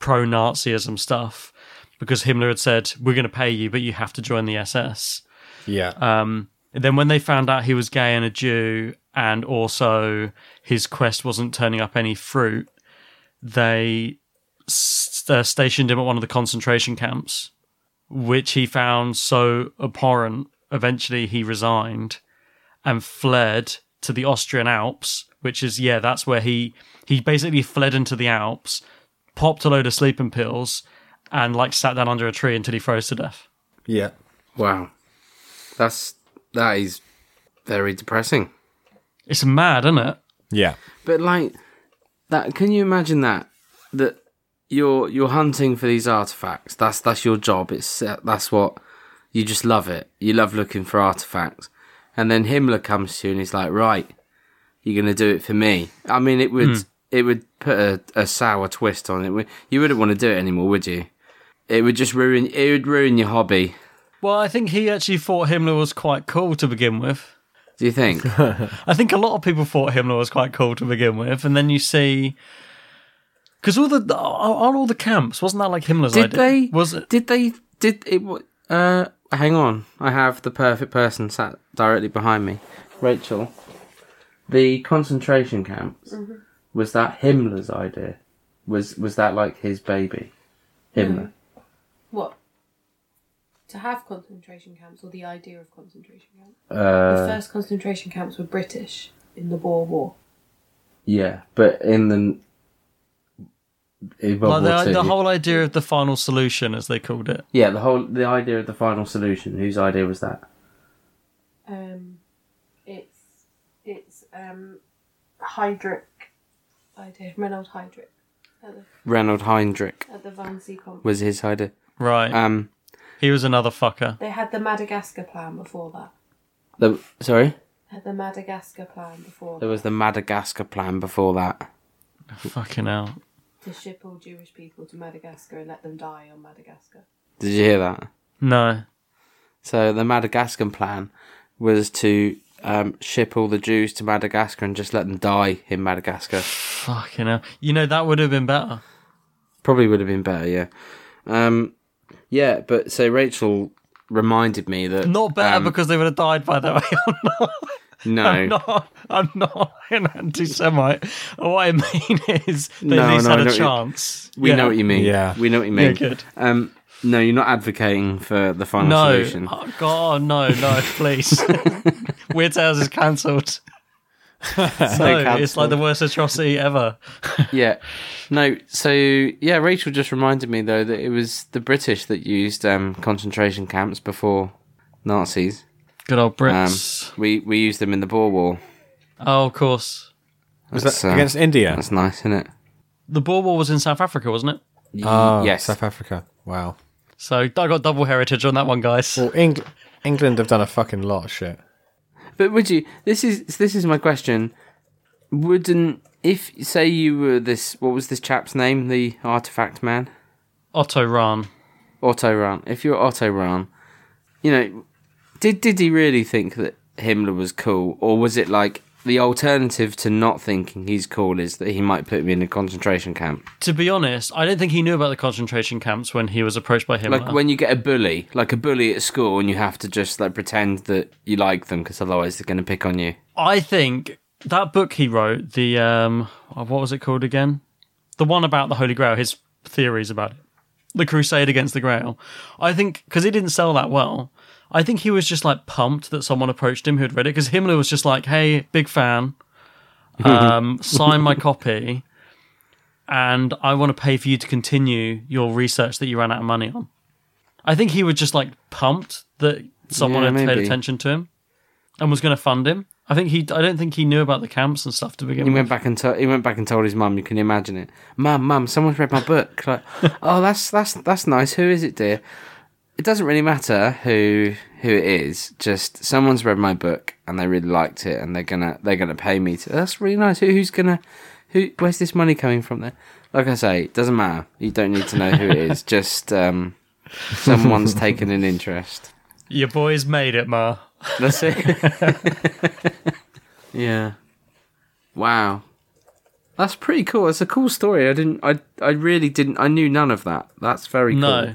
S1: pro-Nazism stuff, because Himmler had said, "We're going to pay you, but you have to join the SS."
S4: Yeah.
S1: Um, then when they found out he was gay and a Jew, and also his quest wasn't turning up any fruit, they s- uh, stationed him at one of the concentration camps, which he found so abhorrent. Eventually, he resigned and fled to the Austrian Alps, which is yeah, that's where he he basically fled into the Alps, popped a load of sleeping pills, and like sat down under a tree until he froze to death.
S4: yeah.
S3: Wow. That's that is very depressing.
S1: It's mad, isn't it?
S4: Yeah.
S3: But like that, can you imagine that? That you're you're hunting for these artifacts. That's that's your job. It's uh, that's what you just love it. You love looking for artifacts, and then Himmler comes to you and he's like, "Right, you're gonna do it for me." I mean, it would it would put a, a sour twist on it. Wou- You wouldn't want to do it anymore, would you? It would just ruin. It would ruin your hobby.
S1: Well, I think he actually thought Himmler was quite cool to begin with.
S3: Do you think?
S1: I think a lot of people thought Himmler was quite cool to begin with, and then you see because all the are are all the camps wasn't that like Himmler's
S3: did
S1: idea?
S3: they?
S1: Was it?
S3: Did they? Did it? wa- Uh, hang on. I have the perfect person sat directly behind me. Rachel. The concentration camps. Was that Himmler's idea? Was was that like his baby? Himmler.
S10: What? To have concentration camps or the idea of concentration camps? the
S3: Uh,
S10: first concentration camps were British in the Boer War.
S3: yeah, but in the. In World War
S1: Like the,
S3: Two.
S1: the whole idea of the final solution, as they called it.
S3: Yeah, the whole the idea of the final solution. Whose idea was that?
S10: Um, it's it's um, Heydrich idea, Reynold Heydrich at the,
S3: Reynold Heydrich
S10: at the Wannsee conference.
S3: was his idea.
S1: Right,
S3: Um,
S1: he was another fucker.
S10: They had the Madagascar plan before that.
S3: the sorry,
S10: Had the Madagascar plan before
S3: there was the Madagascar plan before that.
S1: Fucking hell.
S10: to ship all Jewish people to Madagascar and let them die on Madagascar.
S3: Did you hear that?
S1: No,
S3: So the Madagascar plan was to um, ship all the Jews to Madagascar and just let them die in Madagascar.
S1: fucking hell. You know that would have been better.
S3: Probably would have been better, yeah. Um, yeah, but so Rachel reminded me that
S1: Not better
S3: um,
S1: because they would have died. By the way, I'm not.
S3: no,
S1: I'm not. I'm not an anti-Semite. What I mean is, they
S3: No,
S1: at least
S3: no,
S1: had
S3: I know
S1: a
S3: what you-
S1: chance.
S3: we know what you mean.
S4: Yeah.
S3: we know what you mean.
S1: Yeah, good.
S3: Um, no, you're not advocating for the final
S1: No,
S3: solution.
S1: Oh, God, no, no, please. Weird Tales is cancelled. no, it's like the worst atrocity ever.
S3: yeah. No, so yeah, Rachel just reminded me though that it was the British that used um, concentration camps before Nazis.
S1: Good old
S3: Um,
S1: Brits.
S3: we we used them in the Boer War.
S1: oh, of course.
S4: Was
S3: That's,
S4: that
S3: uh,
S4: against India?
S3: That's nice, isn't it?
S1: The Boer War was in South Africa, wasn't it?
S3: Y-
S4: Oh,
S3: yes.
S4: South Africa. Wow.
S1: So I got double heritage on that one, guys.
S4: Well, Eng- England have done a fucking lot of shit.
S3: But would you? This is this is my question. Wouldn't if say you were this? What was this chap's name? The artifact man,
S1: Otto Rahn.
S3: Otto Rahn. If you're Otto Rahn, you know, did did he really think that Himmler was cool, or was it like the alternative to not thinking he's cool is that he might put me in a concentration camp?
S1: To be honest, I don't think he knew about the concentration camps when he was approached by Himmler.
S3: Like when you get a bully, like a bully at school, and you have to just like pretend that you like them because otherwise they're going to pick on you.
S1: I think that book he wrote, the um, what was it called again? The one about the Holy Grail, his theories about it, the crusade against the Grail. I think because he didn't sell that well, I think he was just like pumped that someone approached him who had read it because Himmler was just like, "Hey, big fan, um, sign my copy, and I want to pay for you to continue your research that you ran out of money on." I think he was just like pumped that someone
S3: Yeah,
S1: had paid
S3: maybe.
S1: attention to him and was going to fund him. I think he. I don't think he knew about the camps and stuff to begin
S3: He
S1: with.
S3: went back and to- he went back and told his mum. You can imagine it. Mum, mum, someone's read my book. Like, oh, that's that's that's nice. Who is it, dear? It doesn't really matter who who it is. Just someone's read my book and they really liked it, and they're gonna they're gonna pay me. To, that's really nice. Who, who's gonna who? Where's this money coming from? There. Like I say, it doesn't matter. You don't need to know who it is. Just um, someone's taken an interest.
S1: Your boys made it, Ma.
S3: That's it. yeah. Wow. That's pretty cool. It's a cool story. I didn't. I. I really didn't. I knew none of that. That's very cool.
S1: No,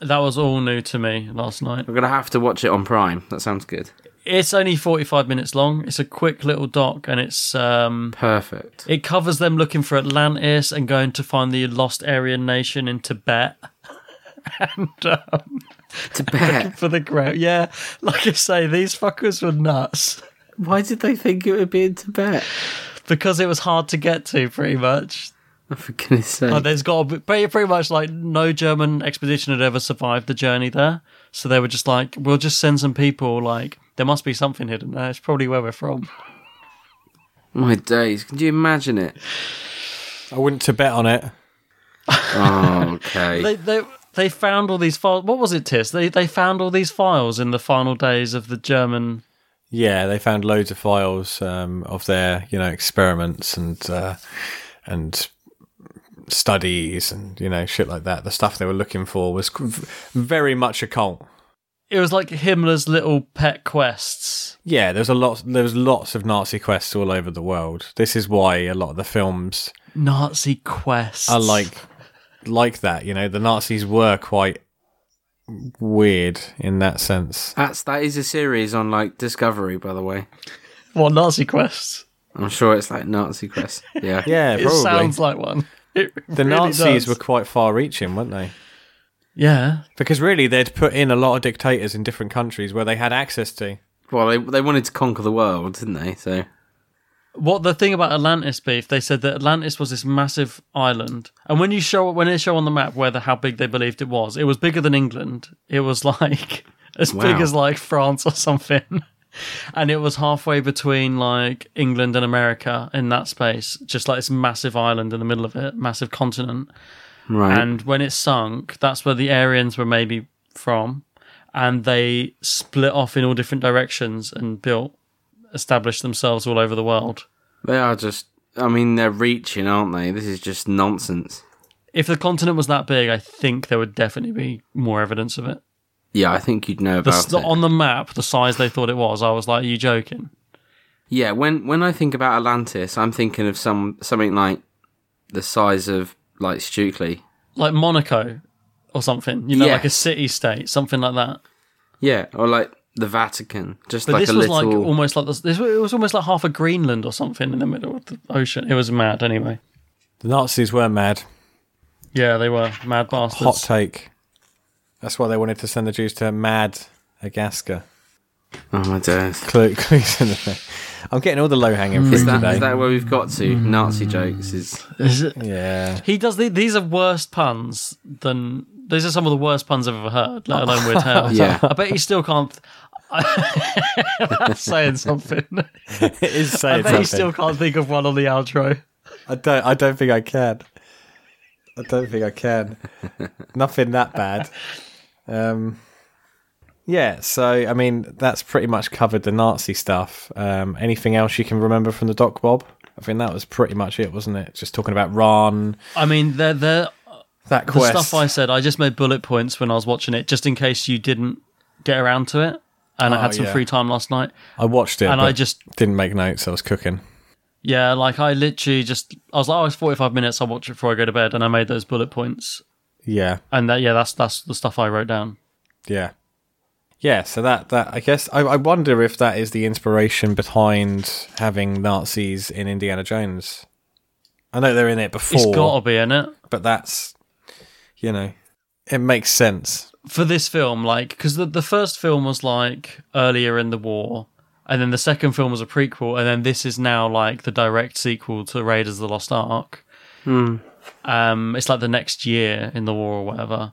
S1: that was all new to me last night.
S3: We're gonna have to watch it on Prime. That sounds good.
S1: It's only 45 minutes long. It's a quick little doc and it's um
S3: perfect.
S1: It covers them looking for Atlantis and going to find the lost Aryan nation in Tibet. and um,
S3: Tibet.
S1: looking for the grail. Yeah, like I say these fuckers were nuts.
S3: Why did they think it would be in Tibet?
S1: Because it was hard to get to pretty much.
S3: Oh, For goodness sake.
S1: Like, Oh, there's got to be, pretty, pretty much like no German expedition had ever survived the journey there. So they were just like, we'll just send some people. Like there must be something hidden there. It's probably where we're from.
S3: My days. Can you imagine it?
S4: I wouldn't to bet on it.
S3: Oh, okay.
S1: They they they found all these files. What was it, Tis? They they found all these files in the final days of the German.
S4: Yeah, they found loads of files um, of their, you know, experiments and uh, and studies and you know shit like that. The stuff they were looking for was c- very much occult.
S1: It was like Himmler's little pet quests.
S4: Yeah, there's a lot. There's lots of Nazi quests all over the world. This is why a lot of the films
S1: Nazi quests.
S4: are like like that. You know, the Nazis were quite weird in that sense.
S3: That's that is a series on like Discovery, by the way.
S1: What Nazi quests?
S3: I'm sure it's like Nazi Quest. Yeah.
S4: Yeah,
S1: it
S4: probably.
S1: sounds like one. It
S4: the
S1: really
S4: Nazis
S1: does.
S4: were quite far-reaching, weren't they?
S1: Yeah.
S4: Because really, they'd put in a lot of dictators in different countries where they had access to.
S3: Well, they they wanted to conquer the world, didn't they? So
S1: What the thing about Atlantis beef? They said that Atlantis was this massive island, and when you show when they show on the map where the, how big they believed it was, it was bigger than England. It was like as big
S3: Wow.
S1: as like France or something, and it was halfway between like England and America in that space, just like this massive island in the middle of it, massive continent.
S3: Right.
S1: And when it sunk, that's where the Aryans were maybe from, and they split off in all different directions and built, established themselves all over the world.
S3: they are just. I mean, they're reaching, aren't they? This is just nonsense.
S1: If the continent was that big, I think there would definitely be more evidence of it.
S3: Yeah, I think you'd know
S1: The,
S3: about
S1: s-
S3: it.
S1: on the map, the size they thought it was, I was like, "Are you joking?"
S3: Yeah, when when I think about Atlantis, I'm thinking of some something like the size of like Stukely.
S1: Like Monaco or something, you know,
S3: Yeah.
S1: like a city-state, something like that.
S3: Yeah, or like the Vatican, just
S1: But
S3: like
S1: this
S3: a
S1: was
S3: little.
S1: like almost like this, this. It was almost like half of Greenland or something in the middle of the ocean. It was mad, anyway.
S4: The Nazis were mad.
S1: Yeah, they were mad bastards.
S4: Hot take. That's why they wanted to send the Jews to Mad Agaska.
S3: Oh my days!
S4: Clue, clues in the thing. I'm getting all the low hanging fruit
S3: Hmm. is that
S4: today.
S3: is that where we've got
S1: Mm.
S3: to? Nazi jokes is.
S1: Is it-
S4: Yeah.
S1: He does the, these are worse puns than these are some of the worst puns I've ever heard, let alone weird tales.
S4: Yeah.
S1: I bet you still can't. That's saying something.
S4: it is
S1: I
S4: saying
S1: bet you
S4: something.
S1: still can't think of one on the outro.
S4: I don't. I don't think I can. I don't think I can. Nothing that bad. Um, yeah, so I mean that's pretty much covered the Nazi stuff. Um, anything else you can remember from the doc, Bob? I think that was pretty much it, wasn't it? Just talking about Ron.
S1: I mean, they're, they're,
S4: that
S1: the
S4: quest.
S1: stuff I said, I just made bullet points when I was watching it, just in case you didn't get around to it. And I
S4: Oh,
S1: had some
S4: yeah.
S1: free time last night.
S4: I watched it,
S1: and I
S4: but
S1: just
S4: didn't make notes. I was cooking.
S1: yeah, like I literally just I was like, oh, it's forty five minutes. I'll watch it before I go to bed, and I made those bullet points.
S4: Yeah,
S1: And that yeah, that's that's the stuff I wrote down.
S4: yeah, yeah. So that that I guess I, I wonder if that is the inspiration behind having Nazis in Indiana Jones. I know they're in it before.
S1: It's got to be in it.
S4: But that's you know it makes sense.
S1: for this film, like, because the, the first film was like earlier in the war, and then the second film was a prequel, and then this is now like the direct sequel to Raiders of the Lost Ark.
S3: Hmm.
S1: Um, it's like the next year in the war or whatever,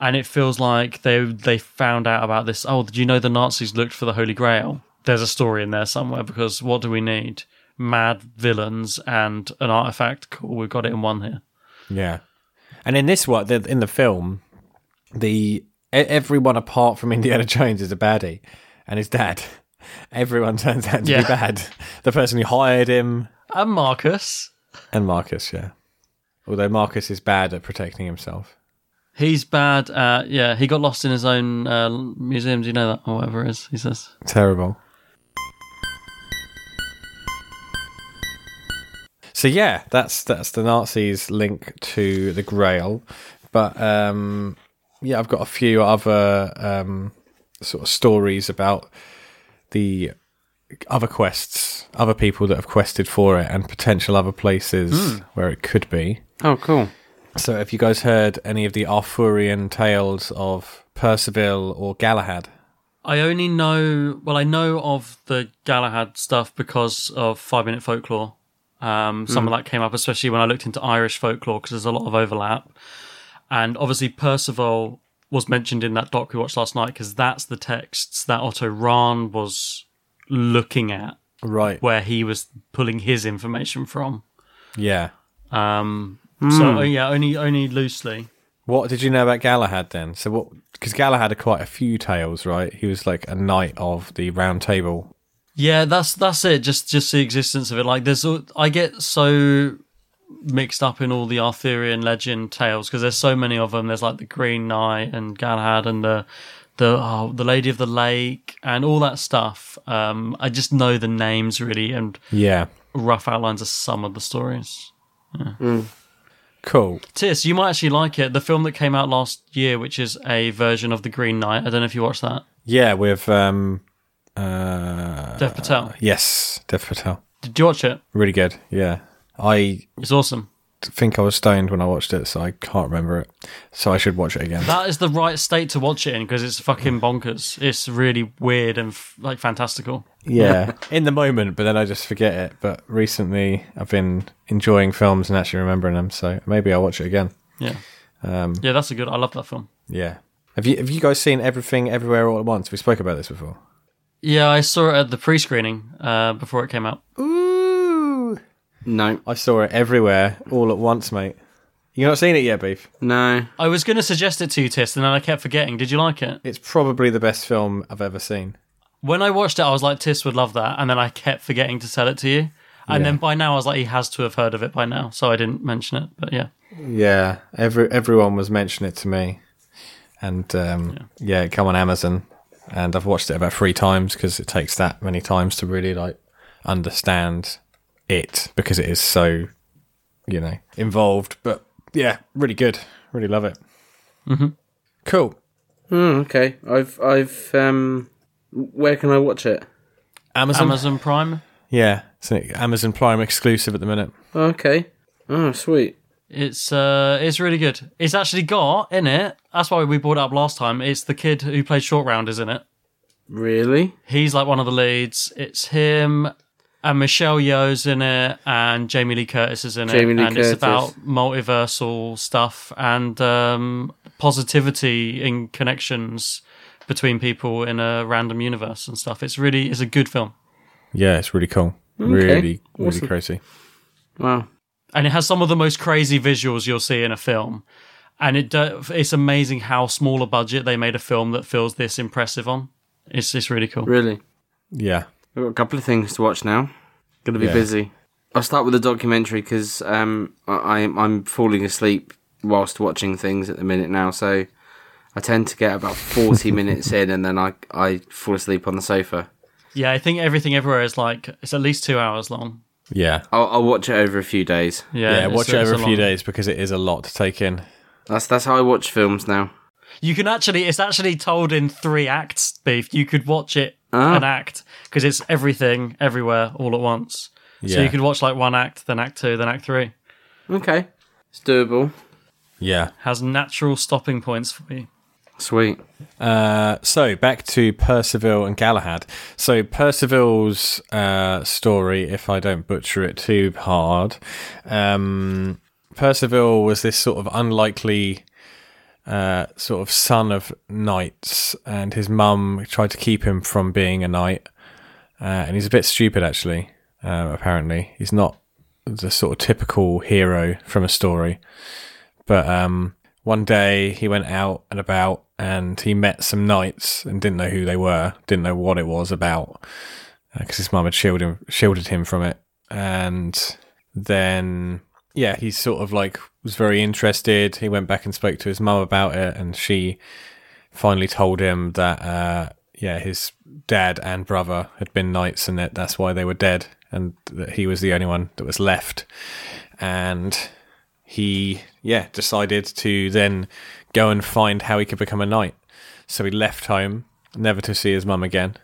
S1: and it feels like they they found out about this. Oh, did you know the Nazis looked for the Holy Grail? There's a story in there somewhere because what do we need? Mad villains and an artifact. Cool, we've got it in one here.
S4: Yeah, and in this one, the, in the film, the e- everyone apart from Indiana Jones is a baddie, and his dad. Everyone turns out to
S1: Yeah.
S4: be bad. The person who hired him
S1: And Marcus,
S4: and Marcus, yeah. Although Marcus is bad at protecting himself.
S1: He's bad at yeah. He got lost in his own uh, museum. Do you know that or whatever it is? He says.
S4: Terrible. So yeah, that's that's the Nazis' link to the Grail, but um, yeah, I've got a few other um, sort of stories about the other quests, other people that have quested for it, and potential other places
S3: Hmm.
S4: where it could be.
S3: Oh, cool.
S4: So, have you guys heard any of the Arthurian tales of Percival or Galahad?
S1: I only know well. I know of the Galahad stuff because of Five Minute Folklore. Um, some
S3: Mm.
S1: of that came up, especially when I looked into Irish folklore, because there's a lot of overlap. And obviously, Percival was mentioned in that doc we watched last night, because that's the texts that Otto Rahn was looking at,
S4: right?
S1: Where he was pulling his information from.
S4: Yeah.
S1: Um,
S4: Mm.
S1: So uh, yeah, only only loosely.
S4: What did you know about Galahad then? So what? Because Galahad had quite a few tales, right? He was like a knight of the Round Table.
S1: Yeah, that's that's it. Just just the existence of it. Like there's, all- I get so mixed up in all the Arthurian legend tales because there's so many of them. There's like the Green Knight and Galahad and the the oh, the Lady of the Lake and all that stuff. Um, I just know the names really and
S4: Yeah.
S1: rough outlines of some of the stories. Yeah.
S4: Cool.
S1: Tis, you might actually like it. The film that came out last year, which is a version of the Green Knight. I don't know if you watched that.
S4: Yeah, with um, uh,
S1: Dev Patel.
S4: Yes, Dev Patel.
S1: Did you watch it?
S4: Really good. Yeah, I.
S1: It's awesome.
S4: Think I was stoned when I watched it, so I can't remember it. So I should watch it again.
S1: That is the right state to watch it in because it's fucking bonkers. It's really weird and f- like fantastical.
S4: yeah, in the moment, but then I just forget it. But recently, I've been enjoying films and actually remembering them, so maybe I'll watch it again.
S1: Yeah.
S4: Um,
S1: yeah, that's a good. I love that film.
S4: yeah. Have you have you guys seen Everything Everywhere All at Once? We spoke about this before.
S1: Yeah, I saw it at the pre-screening uh, before it came out.
S4: Ooh.
S3: No,
S4: I saw it everywhere all at once, mate. You not seen it yet, Beef?
S3: No.
S1: I was going to suggest it to you, Tis, and then I kept forgetting. Did you like it?
S4: It's probably the best film I've ever seen.
S1: When I watched it, I was like, Tis would love that, and then I kept forgetting to tell it to you. And
S4: Yeah.
S1: then by now, I was like, he has to have heard of it by now, so I didn't mention it. But yeah,
S4: Yeah, every everyone was mentioning it to me, and um, yeah. it come on Amazon, and I've watched it about three times because it takes that many times to really like understand it because it is so, you know, involved. But yeah, really good, really love it. Mm-hmm.
S1: Mhm.
S4: Cool.
S3: Hmm, okay. I've I've um. Where can I watch it?
S4: Amazon.
S1: Amazon Prime.
S4: Yeah, it's an Amazon Prime exclusive at the minute.
S3: Okay. Oh, sweet.
S1: It's uh, it's really good. It's actually got in it. That's why we brought it up last time. It's the kid who played Short Round, is in it.
S3: Really?
S1: He's like one of the leads. It's him and Michelle Yeoh's in it, and Jamie Lee Curtis is in
S3: Jamie
S1: it,
S3: Lee
S1: and
S3: Curtis.
S1: it's about multiversal stuff and um, positivity in connections between people in a random universe and stuff. It's really it's a good film.
S4: Yeah, it's really cool.
S3: Okay,
S4: Really, really
S3: awesome.
S4: crazy.
S3: Wow.
S1: and it has some of the most crazy visuals you'll see in a film. And it do- it's amazing how small a budget they made a film that feels this impressive on. It's it's really cool.
S3: Really?
S4: Yeah.
S3: We've got a couple of things to watch now. Gonna be
S1: Yeah.
S3: busy. I'll start with the documentary because um, I, I- I'm falling asleep whilst watching things at the minute now. So I tend to get about 40 minutes in and then I, I fall asleep on the sofa.
S1: Yeah, I think everything everywhere is like it's at least two hours long.
S4: Yeah.
S3: I'll, I'll watch it over a few days.
S4: yeah, watch it over a few days because it is a lot to take in.
S3: That's, that's how I watch films now.
S1: You can actually it's actually told in three acts. Beef. You could watch it
S3: Ah.
S1: an act because it's everything everywhere all at once. So
S4: Yeah.
S1: you could watch like one act, then act two, then act three.
S3: Okay. It's doable.
S4: Yeah.
S1: Has natural stopping points for you.
S3: Sweet.
S4: Uh, so back to Percival and Galahad. So Percival's uh, story, if I don't butcher it too hard, um, Percival was this sort of unlikely uh, sort of son of knights, and his mum tried to keep him from being a knight. Uh, and he's a bit stupid, actually. Um, apparently, he's not the sort of typical hero from a story. But um, one day he went out and about, and he met some knights and didn't know who they were, didn't know what it was about, because his mum had shielded him, shielded him from it. And then yeah, he sort of like was very interested. He went back and spoke to his mum about it, and she finally told him that uh, yeah, his dad and brother had been knights, and that that's why they were dead, and that he was the only one that was left. And he yeah decided to then go and find how he could become a knight. So he left home, never to see his mum again,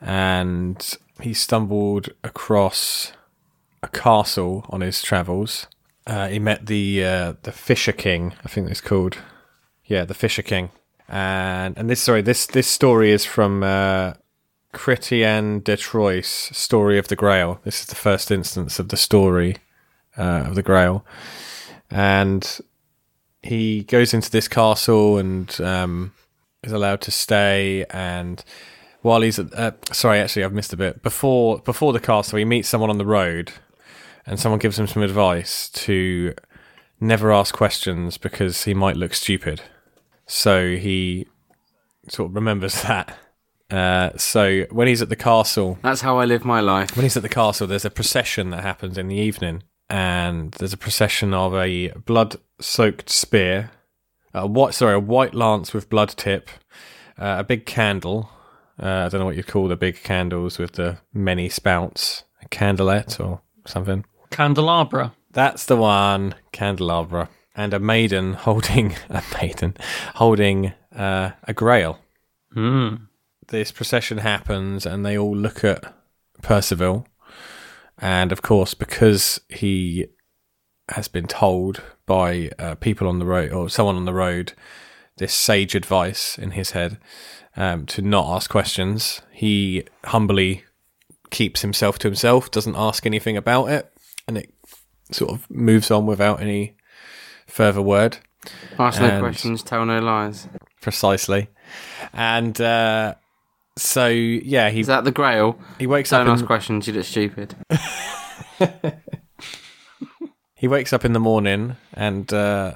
S4: and he stumbled across a castle on his travels. Uh, he met the uh, the Fisher King, I think it's called. Yeah, the Fisher King. And and this sorry, this this story is from uh, Chrétien de Troyes' Story of the Grail. This is the first instance of the story uh, of the Grail, and he goes into this castle and um, is allowed to stay. And while he's at, uh, sorry, actually, I've missed a bit. Before before the castle, he meets someone on the road, and someone gives him some advice to never ask questions because he might look stupid. So he sort of remembers that. Uh, so when he's at the castle,
S3: that's how I live my life.
S4: When he's at the castle, there's a procession that happens in the evening, and there's a procession of a blood-soaked spear, a white sorry, a white lance with blood tip, uh, a big candle. Uh, I don't know what you call the big candles with the many spouts, a candlelet or something.
S1: Candelabra.
S4: That's the one, candelabra, and a maiden holding a maiden holding uh, a grail.
S1: Mm.
S4: This procession happens, and they all look at Percival, and of course, because he has been told by uh, people on the road or someone on the road this sage advice in his head um, to not ask questions, he humbly keeps himself to himself, doesn't ask anything about it, and it sort of moves on without any further word.
S3: Ask no
S4: And-
S3: questions, tell no lies.
S4: Precisely. And uh, so, yeah, he. Is
S3: that the grail?
S4: He wakes
S3: Don't
S4: up.
S3: ask
S4: in-
S3: questions, you look stupid.
S4: He wakes up in the morning and uh,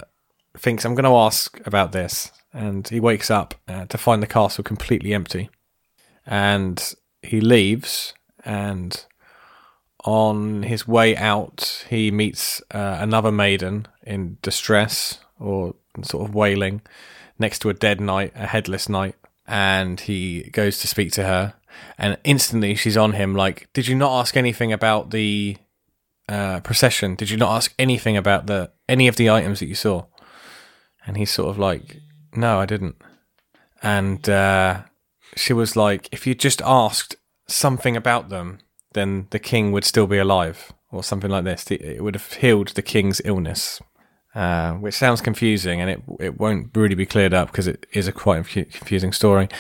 S4: thinks, I'm going to ask about this. And he wakes up uh, to find the castle completely empty. And he leaves. And on his way out, he meets uh, another maiden in distress or sort of wailing next to a dead knight, a headless knight. And he goes to speak to her. And instantly she's on him, like, Did you not ask anything about the uh, procession, did you not ask anything about the any of the items that you saw? And he's sort of like, no, I didn't. And uh, she was like, if you just asked something about them, then the king would still be alive, or something like this. It would have healed the king's illness, uh, which sounds confusing, and it it won't really be cleared up because it is a quite confu- confusing story.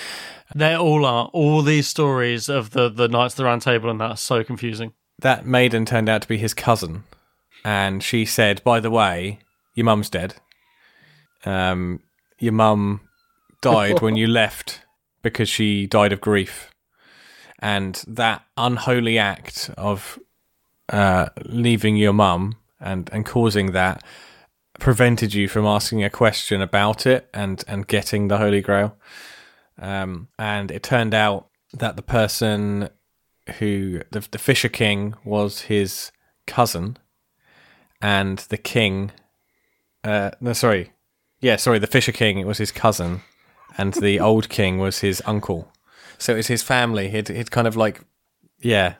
S1: They all are. All these stories of the the Knights of the Round Table and that are so confusing.
S4: that maiden turned out to be his cousin, and she said, "By the way, your mum's dead. Um, your mum died when you left because she died of grief." And that unholy act of uh, leaving your mum and and causing that prevented you from asking a question about it and and getting the Holy Grail. Um, and it turned out that the person who the, the Fisher King was his cousin, and the king, uh, no, sorry, yeah, sorry, the Fisher King was his cousin, and the old king was his uncle. So it's his family. He'd, he'd kind of like, yeah,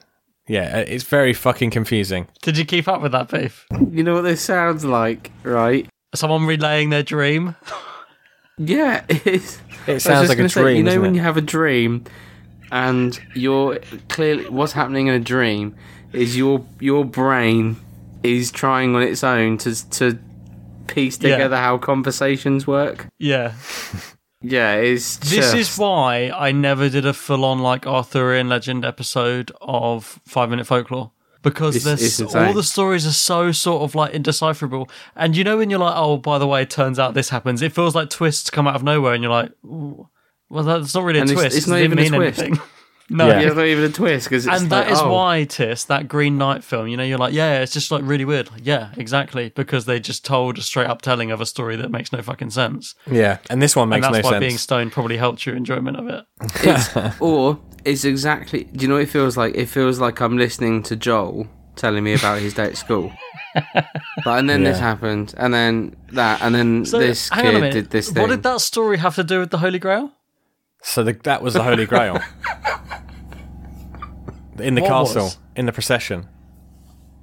S4: yeah. uh, It's very fucking confusing.
S1: Did you keep up with that, Beef?
S3: You know what this sounds like, right?
S1: Someone relaying their dream.
S3: Yeah, it's,
S4: It sounds like a dream.
S3: you know
S4: doesn't
S3: when
S4: it?
S3: you have a dream, and you're clearly what's happening in a dream is your your brain is trying on its own to to piece
S1: Yeah.
S3: together how conversations work.
S1: Yeah.
S3: Yeah, it's
S1: This
S3: just-
S1: is why I never did a full on like Arthurian legend episode of Five Minute Folklore. Because
S3: It's-
S1: there's
S3: it's insane.
S1: all the stories are so sort of like indecipherable. And you know when you're like, oh, by the way, it turns out this happens, it feels like twists come out of nowhere and you're like, "Ooh, well, that's not really a
S3: And it's-
S1: twist.
S3: it's not
S1: it didn't
S3: even a
S1: mean
S3: twist.
S1: anything. no.
S3: yeah, it's oh. not even a twist because
S1: and that is why Tis, that Green Knight film, you know, you're like, yeah, it's just like really weird. Like, yeah, exactly, because they just told a straight up telling of a story that makes no fucking sense.
S4: Yeah, and this one
S1: And
S4: makes
S1: that's
S4: no
S1: why
S4: sense.
S1: being stoned probably helped your enjoyment of it.
S3: It's, or it's exactly. Do you know what it feels like? It feels like I'm listening to Joel telling me about his day at school. but and then this
S1: Yeah.
S3: happened, and then that, and then
S1: So,
S3: this
S1: hang on a
S3: kid
S1: minute.
S3: did this thing.
S1: What did that story have to do with the Holy Grail?
S4: So the, that was the Holy Grail in the
S1: What
S4: castle,
S1: was?
S4: in the procession.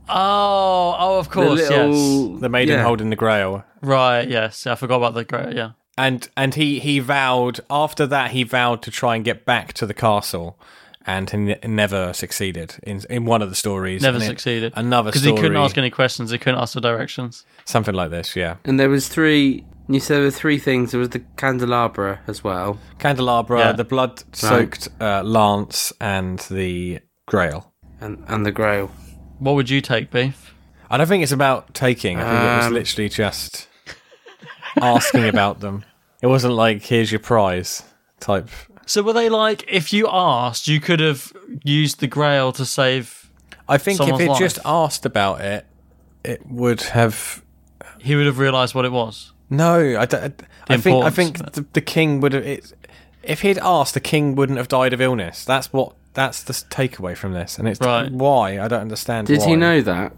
S1: Oh, oh, of course, yes.
S4: The maiden
S1: Yeah.
S4: holding the Grail.
S1: Right, yes. I forgot about the Grail, yeah.
S4: And and he he vowed after that he vowed to try and get back to the castle, and he ne- never succeeded in in one of the stories.
S1: Never
S4: and in
S1: succeeded.
S4: Another
S1: Because
S4: story,
S1: he couldn't ask any questions, he couldn't ask for directions.
S4: something like this. Yeah,
S3: And there was three. You said there were three things. There was the candelabra as well.
S4: candelabra,
S3: Yeah.
S4: the blood soaked uh, lance, and the Grail.
S3: And and the Grail.
S1: What would you take, Beef?
S4: I don't think it's about taking. I think it was
S1: Um,
S4: literally just asking about them. It wasn't like here's your prize type.
S1: So were they like, if you asked, you could have used the Grail to save
S4: I think if
S1: someone's
S4: it
S1: life?
S4: just asked about it, it would have
S1: He would have realised what it was.
S4: no. I, d- I- I think I
S1: importance
S4: think the, the king would have. It, if he'd asked, the king wouldn't have died of illness. That's what. That's the s- takeaway from this, and it's why I don't understand.
S3: Did
S4: why.
S3: he know that?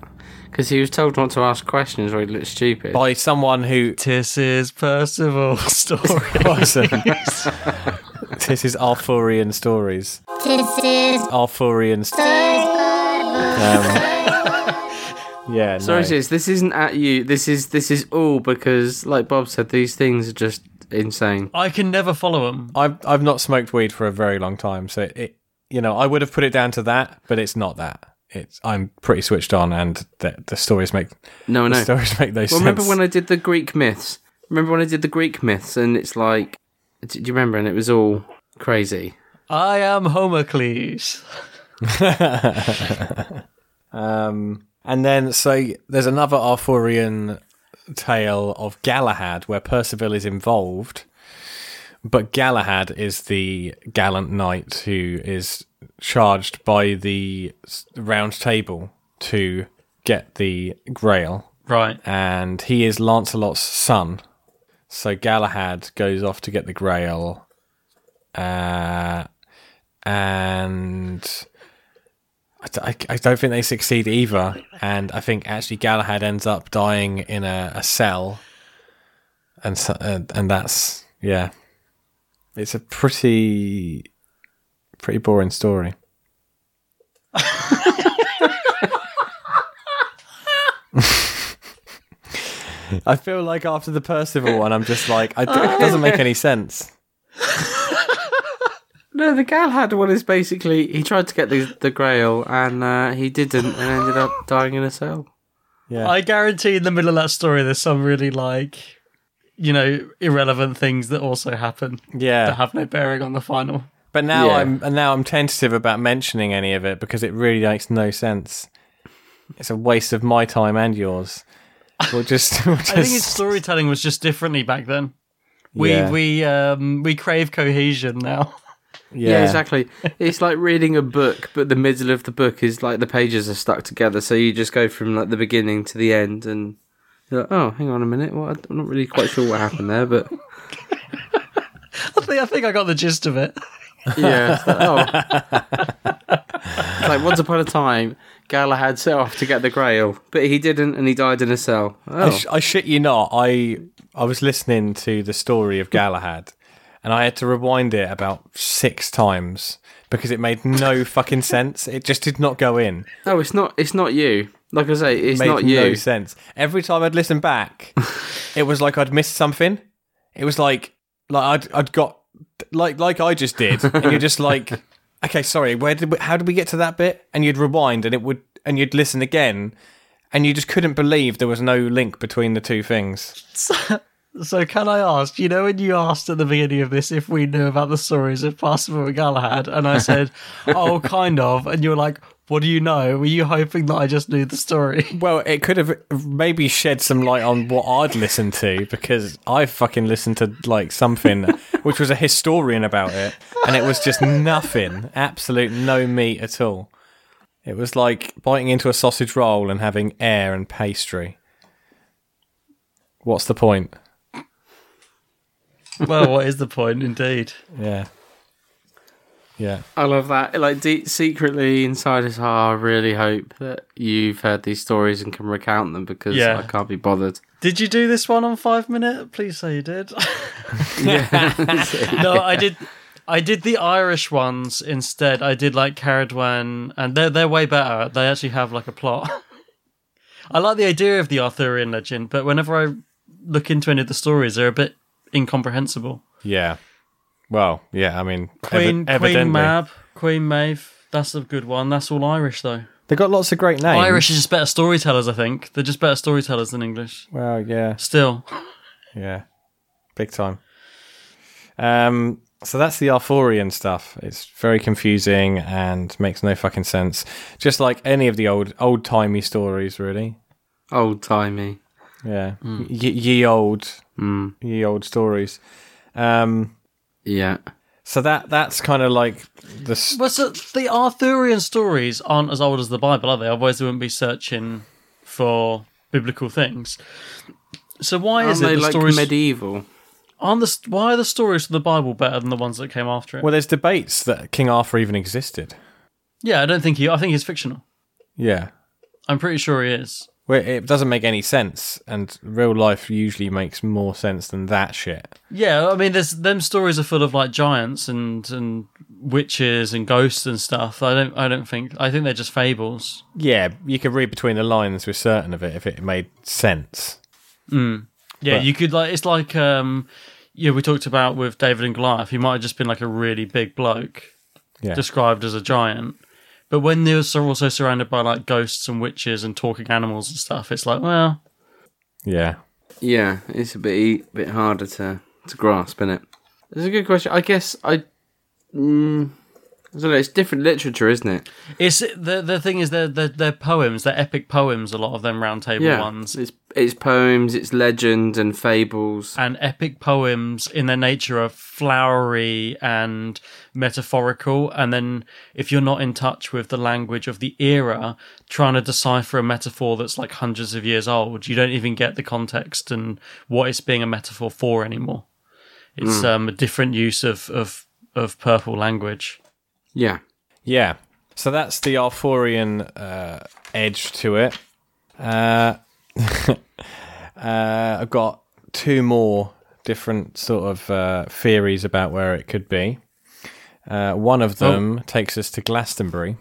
S3: Because he was told not to ask questions or he looked stupid.
S4: by someone who
S1: Tis is Percival
S4: stories. this is Arthurian stories.
S11: This is
S4: Arthurian stories. yeah.
S3: Sorry,
S4: no.
S3: sis. This isn't at you. This is this is all because, like Bob said, these things are just insane.
S1: I can never follow him.
S4: I've I've not smoked weed for a very long time, so it you know I would have put it down to that, but it's not that. It's I'm pretty switched on, and the, the stories make
S3: No,
S4: the
S3: no.
S4: stories make no
S3: well,
S4: sense.
S3: remember when I did the Greek myths? Remember when I did the Greek myths? And it's like, do you remember? And it was all crazy.
S1: I am Homocles.
S4: um, and then so there's another Arthurian tale of Galahad where Percival is involved, but Galahad is the gallant knight who is charged by the s- Round Table to get the Grail.
S1: Right.
S4: And he is Lancelot's son. So Galahad goes off to get the Grail. Uh, and I, d- I- I don't think they succeed either. And I think actually Galahad ends up dying in a, a cell. And, so, uh, and that's, yeah. It's a pretty, pretty boring story. I feel like after the Percival one, I'm just like, I d it doesn't make any sense.
S3: No, the Galahad one is basically he tried to get the the Grail and uh, he didn't and ended up dying in a cell.
S4: Yeah.
S1: I guarantee in the middle of that story, there's some really like, you know, irrelevant things that also happen.
S4: Yeah.
S1: that have no bearing on the final.
S4: But now
S1: Yeah.
S4: I'm and now I'm tentative about mentioning any of it because it really makes no sense. It's a waste of my time and yours. We'll just, we'll
S1: I think his
S4: just
S1: storytelling was just differently back then. We
S4: Yeah.
S1: we um we crave cohesion now.
S3: Yeah. exactly. It's like reading a book, but the middle of the book is like the pages are stuck together, so you just go from like the beginning to the end, and you're like, oh, hang on a minute, what? I'm not really quite sure what happened there, but
S1: I think I think I got the gist of it.
S3: yeah, it's like, oh. It's like once upon a time, Galahad set off to get the Grail, but he didn't, and he died in a cell. Oh.
S4: I, sh- I shit you not. I I was listening to the story of Galahad, and I had to rewind it about six times because it made no fucking sense. It just did not go in.
S3: No, Oh, it's not. It's not you. Like I say, it's
S4: made
S3: not you.
S4: no sense. Every time I'd listen back, it was like I'd missed something. It was like like I'd I'd got like like I just did, and you're just like, okay, sorry, where did we, how did we get to that bit? And you'd rewind, and it would, and you'd listen again, and you just couldn't believe there was no link between the two things.
S1: So, so can I ask? You know, when you asked at the beginning of this if we knew about the stories of Parsifal and Galahad, and I said, oh, kind of, and you were like. What do you know? Were you hoping that I just knew the story?
S4: Well, it could have maybe shed some light on what I'd listened to because I fucking listened to like something which was a historian about it and it was just nothing, absolute no meat at all. It was like biting into a sausage roll and having air and pastry. What's the point?
S1: Well, what is the point indeed?
S4: Yeah. Yeah.
S3: I love that. Like deep, secretly inside his heart, I really hope that you've heard these stories and can recount them because
S1: Yeah.
S3: I can't be bothered.
S1: Did you do this one on five minute? Please say you did. no, I did. I did the Irish ones instead. I did like Caradwan, and they're they're way better. They actually have like a plot. I like the idea of the Arthurian legend, but whenever I look into any of the stories, they're a bit incomprehensible.
S4: Yeah. Well, yeah, I mean, evi-
S1: Queen Queen
S4: evidently.
S1: Mab, Queen Maeve. That's a good one. That's all Irish though.
S4: They got lots of great names.
S1: Irish is just better storytellers. I think they're just better storytellers than English.
S4: Well, yeah.
S1: Still,
S4: Yeah, big time. Um, so that's the Arthurian stuff. It's very confusing and makes no fucking sense. Just like any of the old old timey stories, really.
S3: Old timey.
S4: Yeah, ye, ye old,
S3: Mm.
S4: ye old stories. Um,
S3: yeah.
S4: So that that's kind of like the s-
S1: Well, so the Arthurian stories aren't as old as the Bible, are they? Otherwise, they wouldn't be searching for biblical things. So why
S3: Aren't
S1: is it
S3: they
S1: the
S3: like
S1: stories
S3: medieval?
S1: aren't the st- why are the stories from the Bible better than the ones that came after it?
S4: well, there's debates that King Arthur even existed.
S1: yeah, I don't think he. I think he's fictional.
S4: Yeah,
S1: I'm pretty sure he is.
S4: where it doesn't make any sense, and real life usually makes more sense than that shit.
S1: Yeah, I mean, there's them stories are full of like giants and and witches and ghosts and stuff. I don't I don't think I think they're just fables.
S4: Yeah, you could read between the lines with certain of it if it made sense.
S1: Mm. Yeah,
S4: But-
S1: you could like it's like um yeah, we talked about with David and Goliath, he might have just been like a really big bloke
S4: Yeah.
S1: described as a giant. But when they were so- also surrounded by like ghosts and witches and talking animals and stuff, it's like, well,
S4: Yeah.
S3: Yeah, it's a bit e- bit harder to to grasp, is it? It's a good question. I guess I. Mm, I don't know. It's different literature, isn't it?
S1: it's the the thing is they're they're, they're poems, they're epic poems. A lot of them round table
S3: yeah.
S1: ones
S3: It's it's poems, it's legend and fables.
S1: and epic poems in their nature are flowery and metaphorical. And then if you're not in touch with the language of the era, trying to decipher a metaphor that's like hundreds of years old, you don't even get the context and what it's being a metaphor for anymore. It's
S3: Mm.
S1: um, a different use of, of, of purple language.
S3: Yeah.
S4: Yeah. So that's the Arthurian uh, edge to it. Uh, uh, I've got two more different sort of uh, theories about where it could be. Uh, one of them takes us to Glastonbury.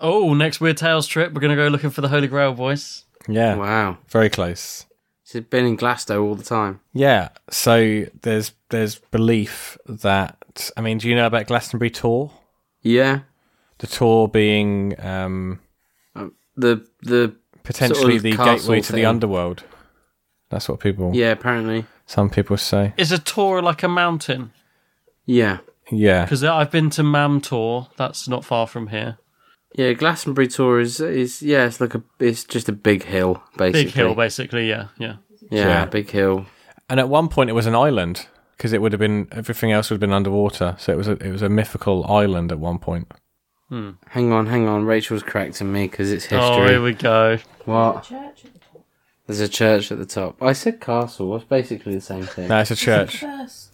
S1: Oh, next Weird Tales trip, we're going to go looking for the Holy Grail voice.
S4: Yeah.
S3: Wow.
S4: Very close.
S3: It's been in Glasgow all the time.
S4: Yeah, so there's there's belief that I mean, do you know about Glastonbury tour?
S3: Yeah.
S4: The tour being um,
S3: The the
S4: potentially
S3: sort of
S4: the
S3: castle
S4: gateway to the
S3: thing.
S4: underworld. That's what people.
S3: Yeah, apparently.
S4: Some people say.
S1: Is a tour like a mountain?
S3: Yeah.
S4: Yeah.
S1: Because I've been to Mamtor, that's not far from here.
S3: Yeah, Glastonbury Tor is is yeah, it's like a it's just a big hill basically.
S1: Big hill, basically, yeah, yeah.
S3: Yeah,
S4: Yeah.
S3: big hill.
S4: And at one point, it was an island. because it would have been everything else would have been underwater. So it was a, it was a mythical island at one point.
S1: Hmm.
S3: Hang on, hang on. Rachel's correcting me because it's history.
S1: Oh, here we go.
S3: What?
S10: Church.
S3: There's a church at the top. I said castle. That's basically the same thing.
S4: No, it's a
S10: It's
S4: church.
S10: the first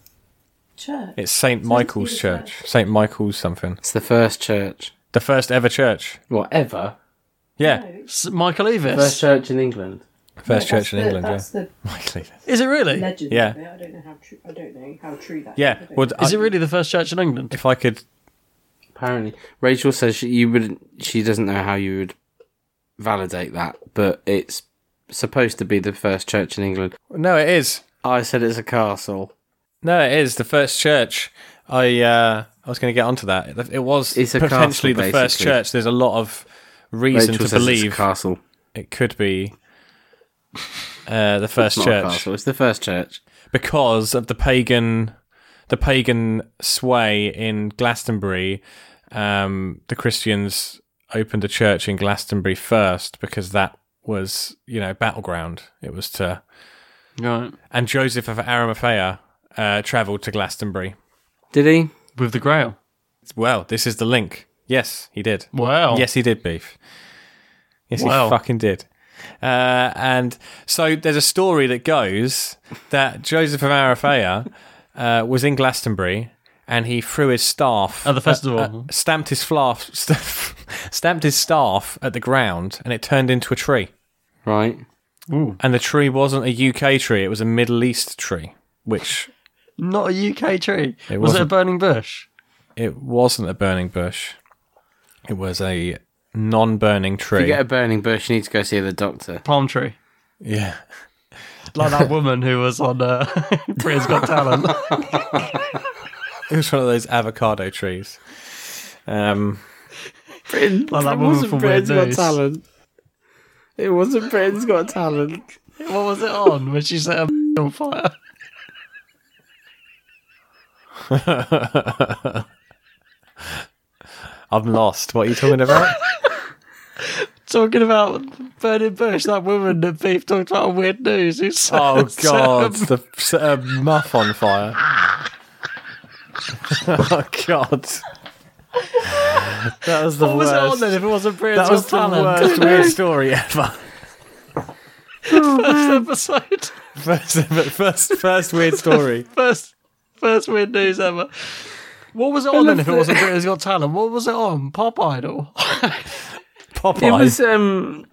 S10: church.
S4: It's Saint Michael's Church. Saint Michael's something.
S3: It's the first church.
S4: The first ever church.
S3: Whatever.
S4: Yeah.
S1: S- Michael Eavis.
S3: First church in England.
S4: First
S10: No,
S4: church in
S10: Oh, that's the-
S4: England.
S10: that's
S4: yeah.
S10: the-
S4: Michael Eavis.
S1: Is it really?
S10: Legend.
S4: Yeah.
S10: Yeah. I don't know how true. I don't know how true that.
S4: Yeah.
S10: I
S4: Would
S10: don't know.
S1: Is it really the first church in England?
S4: if I could?
S3: Apparently, Rachel says she, you would. She doesn't know how you would validate that, but it's supposed to be the first church in England.
S4: No, it is.
S3: I said it's a castle.
S4: No, it is the first church. I uh, I was going to get onto that. It- It was
S3: It's a
S4: potentially
S3: castle,
S4: the first
S3: basically.
S4: church. There's a lot of reason
S3: Rachel
S4: to
S3: says
S4: believe
S3: it's a castle.
S4: it could be uh, the
S3: It's
S4: first
S3: not a
S4: church
S3: castle. It's the first church.
S4: because of the pagan the pagan sway in Glastonbury. Um, the Christians opened a church in Glastonbury first because that was you know battleground. It was to
S1: Right.
S4: and Joseph of Arimathea uh, travelled to Glastonbury.
S3: Did he?
S1: With the Grail.
S4: Well, this is the link. Yes, he did.
S1: Wow.
S4: Yes, he did, Beef. Yes,
S1: Wow.
S4: he fucking did. Uh, and so there's a story that goes that Joseph of Arimathea uh, was in Glastonbury and he threw his staff uh,
S1: At the festival.
S4: stamped his flaff, stamped his staff at the ground, and it turned into a tree.
S3: Right.
S1: Ooh.
S4: And the tree wasn't a UK tree; it was a Middle East tree, which
S1: Not a UK tree.
S4: It
S1: was it a
S4: wasn't.
S1: burning bush?
S4: it wasn't a burning bush. It was a non-burning
S3: If
S4: tree.
S3: you get a burning bush, you need to go see the doctor.
S1: Palm tree.
S4: yeah.
S1: Like that woman who was on uh, Britain's Got Talent.
S4: It was one of those avocado trees. Um,
S3: Britain,
S1: Like that woman from Weird News.
S3: Talent. It wasn't Britain's Got Talent.
S1: What was it on when she set her on fire?
S4: I'm lost. What are you talking about?
S1: Talking about burning bush, that woman that Beef talked about on Weird News. Who set,
S4: oh
S1: set her
S4: God! the set a muff on fire. oh God! That was the
S1: What was
S4: worst.
S1: it on then if it wasn't Britain's
S4: that was the
S1: Got Talent?
S4: worst weird story ever.
S1: First episode.
S4: First, first, first weird story.
S1: First, first weird news ever. What was it on then if it wasn't Britain's Got Talent? What was it on? Pop Idol.
S4: Popeye.
S3: It was um.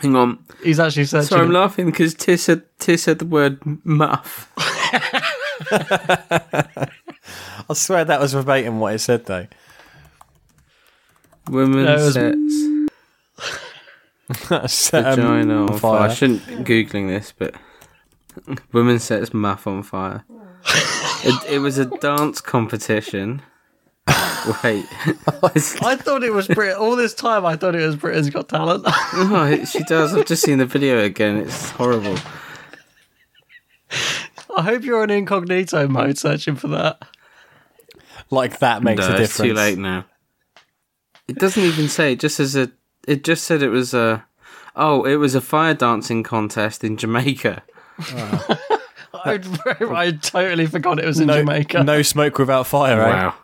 S3: Hang on.
S1: He's actually searching.
S3: Sorry, I'm
S1: it.
S3: laughing because Tis said Tis said the word muff.
S4: I swear that was verbatim what it said though.
S3: Woman
S1: No, it was-
S3: sets
S4: Set a
S3: vagina um, on
S4: fire.
S3: fire. I shouldn't be googling this, but woman sets muff on fire. it, it was a dance competition. Wait,
S1: I thought it was Brit. All this time, I thought it was Britain's Got Talent.
S3: no, she does. I've just seen the video again. It's horrible.
S1: I hope you're in incognito mode searching for that.
S4: Like that makes
S3: no,
S4: a difference.
S3: it's too late now. It doesn't even say. It just says a. It just said it was a. Oh, it was a fire dancing contest in Jamaica. Uh,
S1: I, I totally forgot it was in Jamaica.
S4: No smoke without fire, eh? right?
S3: Wow.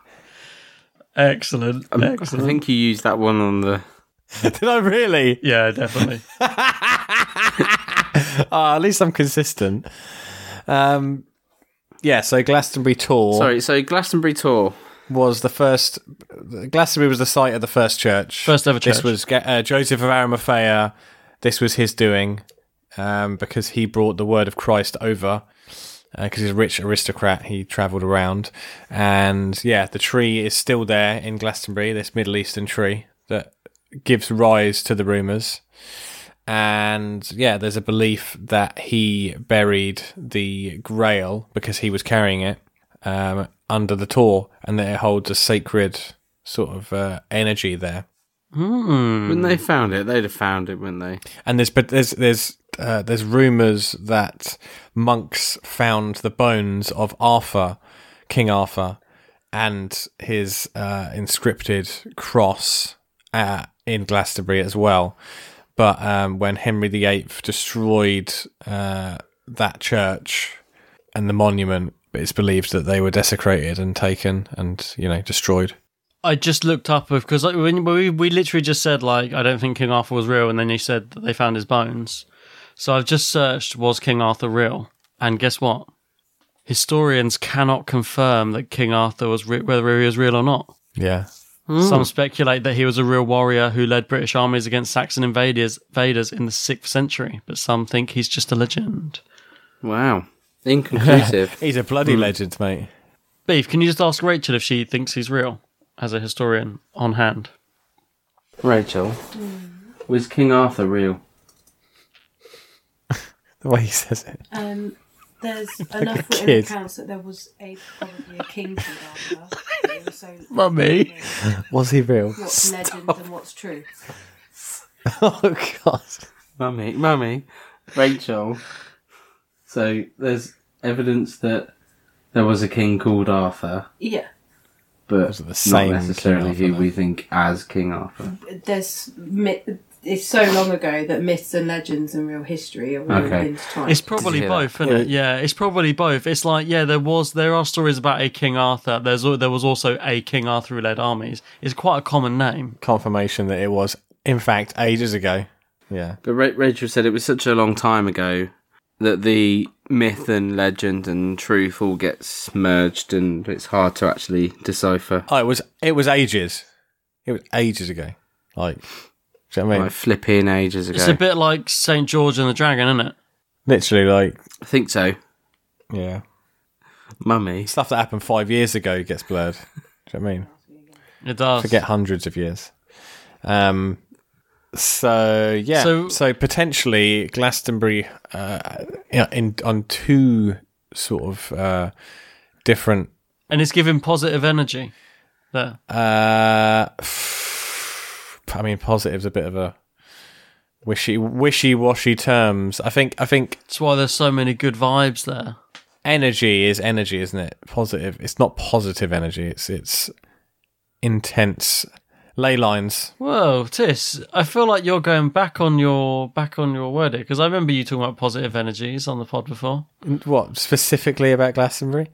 S1: Excellent.
S3: Um, I
S1: Excellent.
S3: think you used that one on the.
S4: Did I really?
S1: Yeah, definitely.
S4: Ah, at least I'm consistent. Um, yeah, so Glastonbury Tor
S3: Sorry, so Glastonbury Tour.
S4: was the first. Glastonbury was the site of the first church.
S1: First ever
S4: This
S1: church.
S4: was Ga- uh, Joseph of Arimathea. This was his doing um, because he brought the word of Christ over. Because he's a rich aristocrat, he travelled around, and yeah, the tree is still there in Glastonbury. This Middle Eastern tree that gives rise to the rumours. and yeah, there's a belief that he buried the Grail because he was carrying it um, under the Tor, and that it holds a sacred sort of uh, energy there.
S3: When they found it, they'd have found it, wouldn't they?
S4: And there's but there's there's uh, there's rumours that monks found the bones of Arthur, King Arthur, and his uh, inscripted cross uh, in Glastonbury as well. But um, when Henry VIII destroyed uh, that church and the monument, but it's believed that they were desecrated and taken and you know destroyed.
S1: I just looked up because like when we we literally just said like I don't think King Arthur was real, and then you said that they found his bones. So I've just searched was King Arthur real, and guess what? Historians cannot confirm that King Arthur was re- whether he was real or not.
S4: Yeah.
S1: Some speculate that he was a real warrior who led British armies against Saxon invaders, invaders in the sixth century, but some think he's just a legend.
S3: Wow. Inconclusive.
S4: He's a bloody legend, mate.
S1: Beef, can you just ask Rachel if she thinks he's real as a historian on hand?
S3: Rachel, was King Arthur real?
S4: The way he says it.
S10: Um, there's
S4: a
S10: enough written
S4: kid.
S10: accounts that there was a probably a king to Arthur. but it was so-
S4: Mummy. Was he real?
S10: What's legend and what's true?
S4: oh god.
S3: Mummy, mummy, Rachel. So there's evidence that there was a king called Arthur,
S10: Yeah,
S3: but
S4: Was it the same
S3: not
S4: King
S3: necessarily
S4: Arthur,
S3: who
S4: though?
S3: we think as King Arthur.
S10: there's myth. It's so long ago that myths and legends and real history are all
S3: Okay.
S10: intertwined.
S1: It's probably
S3: Did you hear
S1: both, isn't it? Yeah, it's probably both. It's like yeah, there was there are stories about a King Arthur. There's al- there was also a King Arthur who led armies. It's quite a common name.
S4: Confirmation that it was, in fact, ages ago. Yeah.
S3: But Ra- Rachel said it was such a long time ago that the myth and legend and truth all gets merged, and it's hard to actually decipher.
S4: Oh, it was it was ages. It was ages ago. Like, do you know what I mean?
S3: Like flipping ages ago.
S1: It's a bit like Saint George and the Dragon, isn't it?
S4: Literally, like,
S3: I think so.
S4: yeah,
S3: Mummy.
S4: stuff that happened five years ago gets blurred. Do you know what I mean?
S1: It does.
S4: Forget hundreds of years. Um. So yeah.
S1: So-
S4: So, potentially Glastonbury, uh, yeah, in on two sort of uh, different
S1: And it's giving positive energy. There.
S4: Uh, I mean, positive's a bit of a wishy wishy washy terms. I think I think
S1: That's why there's so many good vibes there.
S4: energy is energy, isn't it? Positive. It's not positive energy. It's it's intense ley lines.
S1: Whoa, Tis! I feel like you're going back on your back on your word because I remember you talking about positive energies on the pod before.
S4: What specifically about Glastonbury?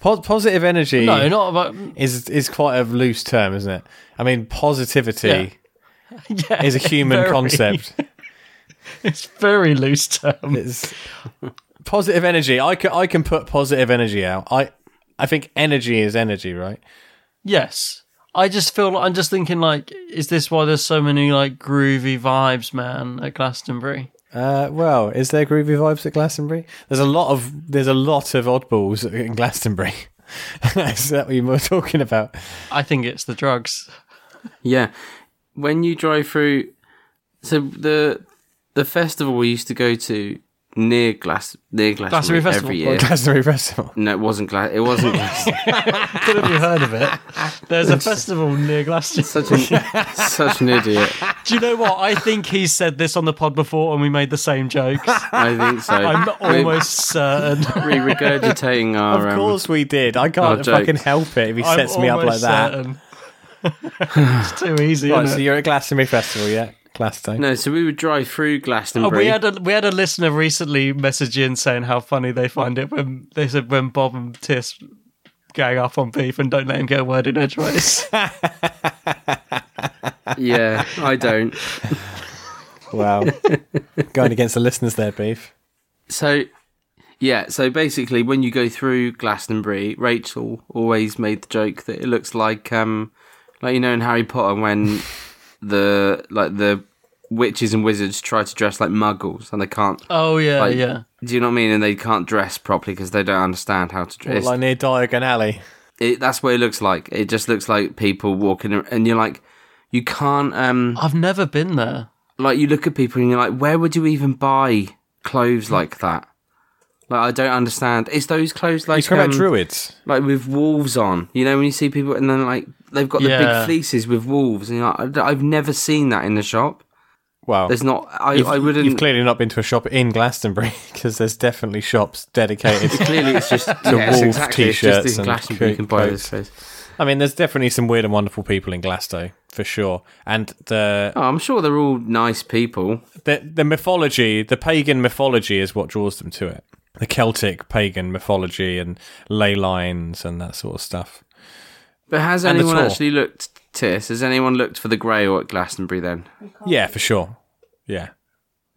S4: Po- positive energy
S1: No, not about
S4: is is quite a loose term, isn't it? I mean, positivity
S1: yeah.
S4: is a human
S1: very-
S4: concept.
S1: It's very loose term.
S4: It's positive energy. I can I can put positive energy out. I I think energy is energy, right?
S1: Yes. I just feel I'm just thinking like, is this why there's so many like groovy vibes, man, at Glastonbury?
S4: Uh, well, is there groovy vibes at Glastonbury? There's a lot of there's a lot of oddballs in Glastonbury. is that what you were talking about?
S1: I think it's the drugs.
S3: Yeah, when you drive through, so the the festival we used to go to near Glass near
S1: Glastonbury
S3: Glastonbury,
S1: Festival.
S3: every year.
S4: Glastonbury Festival.
S3: no, it wasn't Glass. It wasn't Glass.
S1: Could have you heard of it? There's a festival near Glastonbury.
S3: such an such an idiot.
S1: Do you know what? I think he said this on the pod before, and we made the same jokes.
S3: I think so.
S1: I'm almost certain.
S3: re regurgitating our.
S4: Of
S3: um,
S4: course we did. I can't
S3: Oh,
S4: fucking
S3: jokes.
S4: help it if he
S1: I'm
S4: sets me up
S1: almost
S4: like that.
S1: certain. it's too easy.
S4: Right,
S1: isn't
S4: so
S1: it?
S4: you're at Glastonbury Festival, yeah? Glastonbury.
S3: no, so we would drive through
S1: Oh,
S3: Glastonbury.
S1: we had a we had a listener recently message in saying how funny they find it when they said when Bob and Tiss gang up on beef and don't let him get a word in edgeways.
S3: yeah, I don't.
S4: Wow. Going against the listeners there, Beef.
S3: So, yeah, so basically, when you go through Glastonbury, Rachel always made the joke that it looks like, um, like you know, in Harry Potter when the like the witches and wizards try to dress like muggles and they can't.
S1: oh yeah,
S3: Like,
S1: yeah.
S3: Do you know what I mean? And they can't dress properly because they don't understand how to dress.
S4: Like near Diagon Alley.
S3: it, that's what it looks like. It just looks like people walking, ar- and you're like, you can't. Um,
S1: I've never been there.
S3: like you look at people and you're like, where would you even buy clothes
S4: Hmm.
S3: like that? Like I don't understand. It's those clothes
S4: You're
S3: like
S4: talking about
S3: um,
S4: druids.
S3: like with wolves on. You know when you see people and then like they've got the
S1: Yeah.
S3: big fleeces with wolves, and you're like, I- I've never seen that in the shop.
S4: Wow.
S3: There's not. I,
S4: You've,
S3: I wouldn't.
S4: you've clearly not been to a shop in Glastonbury because there's definitely shops dedicated.
S3: clearly, it's just
S4: The
S3: yes,
S4: wolf
S3: exactly. It's just
S4: t-shirts
S3: in
S4: and
S3: Glastonbury you can buy
S4: coats.
S3: those clothes.
S4: I mean, there's definitely some weird and wonderful people in Glasto for sure. And the,
S3: Oh, I'm sure they're all nice people.
S4: the the mythology, the pagan mythology, is what draws them to it. the Celtic pagan mythology and ley lines and that sort of stuff.
S3: But has
S4: And the
S3: anyone
S4: Tor.
S3: actually looked, Tis, has anyone looked for the Grail at Glastonbury then?
S4: Yeah, for sure. Yeah.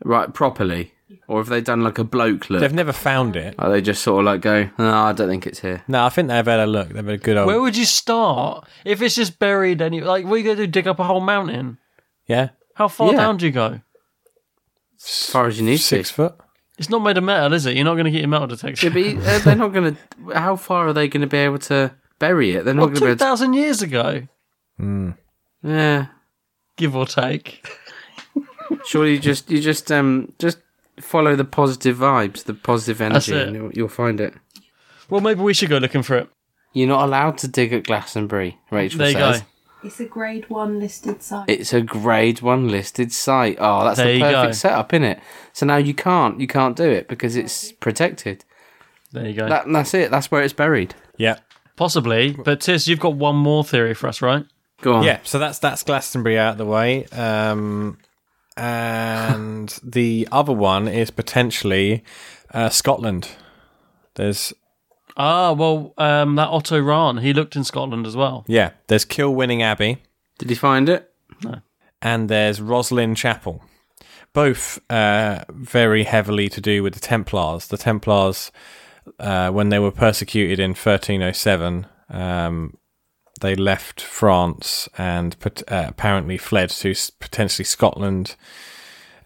S3: Right, properly? Or have they done like a bloke look?
S4: They've never found it.
S3: Are they just sort of like go, no, I don't think it's here.
S4: No, I think they've had a look. They've had a good old.
S1: Where would you start if it's just buried? Any like, what are you gonna do? Dig up a whole mountain?
S4: yeah.
S1: How far
S4: Yeah.
S1: down do you go?
S3: As far as you need
S4: Six
S3: to.
S4: foot.
S1: It's not made of metal, is it? You're not gonna get your metal detector.
S3: Yeah, but uh, they're not going to. How far are they going to be able to bury it? They're not going to be
S1: two
S3: able to.
S1: thousand years ago,
S3: Yeah.
S1: give or take.
S3: Surely you just you just um just follow the positive vibes, the positive
S1: That's
S3: energy,
S1: it.
S3: and you'll, you'll find it.
S1: Well, maybe we should go looking for it.
S3: You're not allowed to dig at Glastonbury, Rachel
S1: There you
S3: says.
S1: go.
S10: It's a grade one listed site.
S3: It's a grade one listed site. Oh, that's
S1: There
S3: the
S1: you go.
S3: perfect setup, isn't it? So now you can't you can't do it because it's protected.
S1: There you go.
S3: That, that's it. That's where it's buried.
S4: Yeah.
S1: Possibly, but Tis, you've got one more theory for us, right?
S3: Go on.
S4: Yeah, so that's that's Glastonbury out of the way. Um, and the other one is potentially uh, Scotland. There's
S1: Ah, well, um, that Otto Rahn, he looked in Scotland as well.
S4: yeah, there's Kilwinning Abbey
S3: Did you find it?
S4: and there's Roslyn Chapel. Both uh, very heavily to do with the Templars. The Templars, uh, when they were persecuted in 1307, um, they left France and pot- uh, apparently fled to s- potentially Scotland.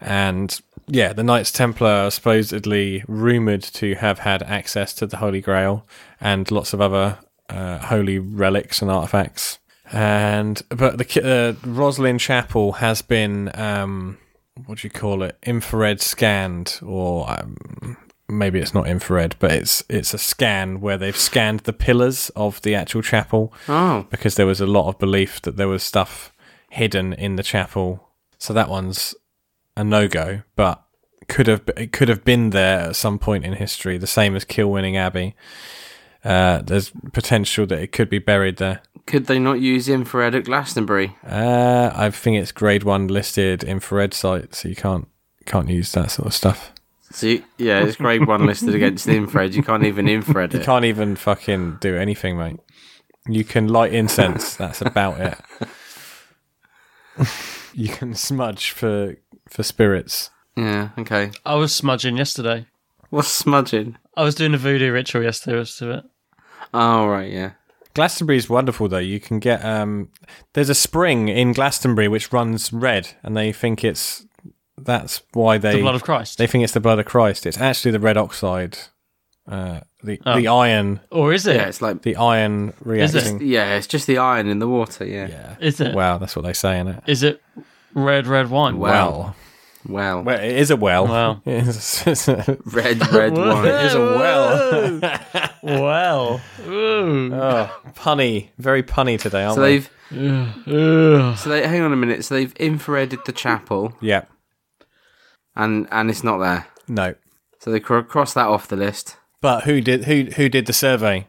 S4: And yeah, the Knights Templar are supposedly rumored to have had access to the Holy Grail and lots of other uh, holy relics and artifacts. And but the ki- uh, Roslyn Chapel has been um, what do you call it? Infrared scanned, or um, maybe it's not infrared, but it's it's a scan where they've scanned the pillars of the actual chapel
S3: Oh,
S4: because there was a lot of belief that there was stuff hidden in the chapel. So that one's a no go, but could have it could have been there at some point in history, the same as Kilwinning Abbey. Uh, there's potential that it could be buried there.
S3: could they not use infrared at Glastonbury?
S4: Uh, I think it's grade one listed infrared site, so you can't can't use that sort of stuff.
S3: So you, yeah, it's grade one listed against the infrared. You can't even infrared
S4: You
S3: it.
S4: can't even fucking do anything, mate. You can light incense. That's about it. you can smudge for for spirits.
S3: Yeah. Okay.
S1: I was smudging yesterday.
S3: What's smudging?
S1: I was doing a voodoo ritual yesterday. Was to it.
S3: Oh right, yeah.
S4: Glastonbury is wonderful though. You can get um there's a spring in Glastonbury which runs red and they think it's that's why they
S1: The blood of Christ.
S4: they think it's the blood of Christ. It's actually the red oxide. Uh the the iron
S1: or is it?
S3: Yeah, it's like
S4: the iron
S1: Oh. Is it?
S4: reacting.
S3: yeah, it's just the iron in the water. Yeah.
S4: Yeah.
S1: Is it?
S4: Wow, that's what they say in it.
S1: Is it red, red wine?
S3: Well. Wow.
S4: Well, it is a well.
S1: Wow.
S4: It is- it's a-
S3: Red, red wine.
S4: it is a well.
S1: Well. Ooh.
S4: Oh, punny, very punny today, aren't
S3: So
S4: we?
S3: they've. So they hang on a minute. So they've infrareded the chapel,
S4: Yeah.
S3: and and it's not there.
S4: No.
S3: So they cr- cross that off the list.
S4: But who did who who did the survey?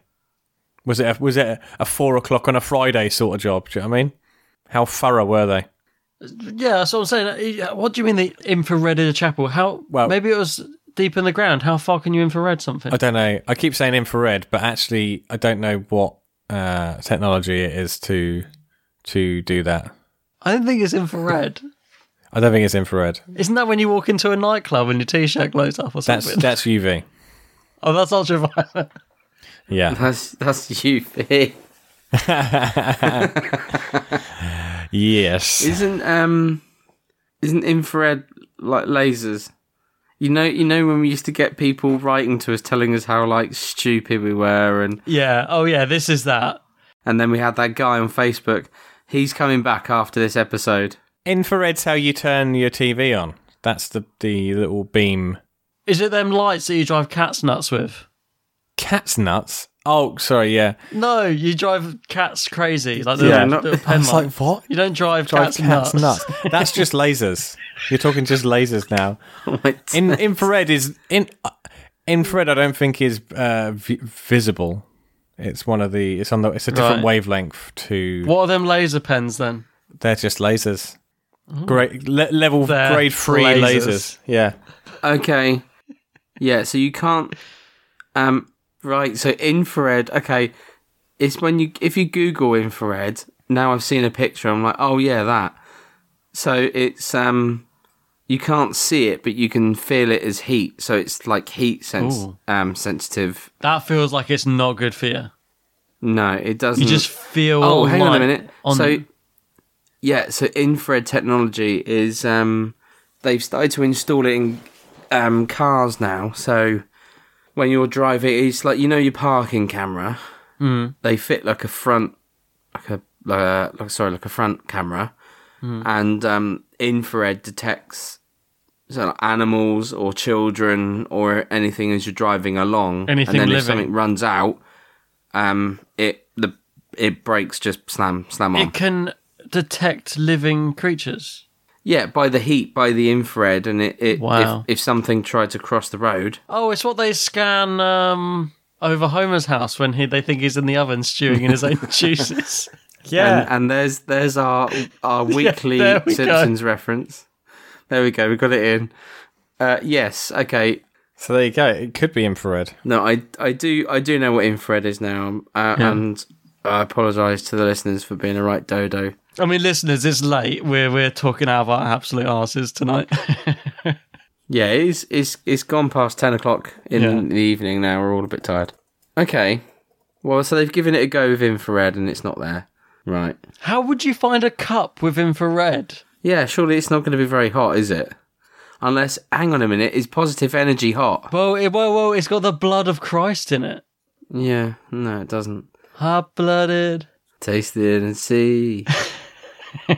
S4: Was it a, was it a four o'clock on a Friday sort of job? Do you know what I mean? How thorough were they?
S1: Yeah, that's what I'm saying. Uh, What do you mean the infrared in the chapel? How?
S4: Well-
S1: maybe it was deep in the ground. How far can you infrared something?
S4: I don't know. I keep saying infrared, but actually, I don't know what uh, technology it is to to do that.
S1: I don't think it's infrared.
S4: I don't think it's infrared.
S1: Isn't that when you walk into a nightclub and your t-shirt glows up or
S4: That's
S1: something?
S4: that's UV.
S1: oh, that's ultraviolet.
S4: Yeah,
S3: That's that's you. Fee.
S4: yes.
S3: Isn't um, isn't infrared like lasers? You know, you know when we used to get people writing to us telling us how like stupid we were, and
S1: yeah. Oh, yeah. This is that.
S3: and then we had that guy on Facebook. He's coming back after this episode.
S4: Infrared's how you turn your TV on. That's the the little beam.
S1: Is it them lights that you drive cats nuts with?
S4: Cat's nuts. Oh, sorry. Yeah.
S1: No, you drive cats crazy. Like the
S3: Yeah,
S1: little,
S3: not-
S1: little pen light.
S4: what?
S1: You don't drive,
S4: Drive
S1: cats, nuts.
S4: That's just lasers. You're talking just lasers now.
S3: Like,
S4: In infrared is in uh, infrared. I don't think is uh, vi visible. It's one of the. It's on the. It's a different
S1: Right.
S4: wavelength to.
S1: What are them laser pens then?
S4: They're just lasers. Great le- level
S1: They're
S4: grade three
S1: lasers.
S4: lasers. Yeah.
S3: okay, Yeah, so you can't. Um, right, so infrared. Okay, it's when you if you Google infrared. Now I've seen a picture. I'm like, oh yeah, that. So it's um, you can't see it, but you can feel it as heat. So it's like heat sense
S1: Ooh.
S3: um sensitive.
S1: That feels like it's not good for you.
S3: No, it doesn't.
S1: You just feel.
S3: Oh, hang on a
S1: like
S3: minute.
S1: on-
S3: so, yeah, so infrared technology is um, they've started to install it in um, cars now. So when you're driving, it's like you know your parking camera.
S1: Mm.
S3: They fit like a front, like a like, a, like sorry, like a front camera,
S1: Mm.
S3: and um, infrared detects. So like animals or children or anything as you're driving along,
S1: Anything
S3: and then
S1: living.
S3: if something runs out, um, it the it breaks just slam slam on.
S1: it can detect living creatures.
S3: Yeah, by the heat, by the infrared, and it, it
S1: Wow.
S3: if, if something tried to cross the road.
S1: Oh, it's what they scan um, over Homer's house when he, they think he's in the oven stewing in his own juices.
S3: and, and there's there's our our
S1: Yeah,
S3: weekly
S1: there we go.
S3: Simpsons reference. There we go, we got it in. Uh, yes, okay.
S4: So there you go. It could be infrared.
S3: No, I I do I do know what infrared is now, uh,
S1: Yeah.
S3: and I apologise to the listeners for being a right dodo.
S1: I mean, listeners, it's late. We're we're talking out of our absolute asses tonight.
S3: Yeah, it's it's it's gone past ten o'clock in
S1: Yeah.
S3: the evening now. We're all a bit tired. Okay, well, so they've given it a go with infrared, and it's not there. Right.
S1: How would you find a cup with infrared?
S3: Yeah, surely it's not going to be very hot, is it? Unless, hang on a minute, is positive energy hot?
S1: Well, it, well, well, it's got the blood of Christ in it.
S3: Yeah, no, it doesn't.
S1: Hot blooded.
S3: Taste it and see. Oh,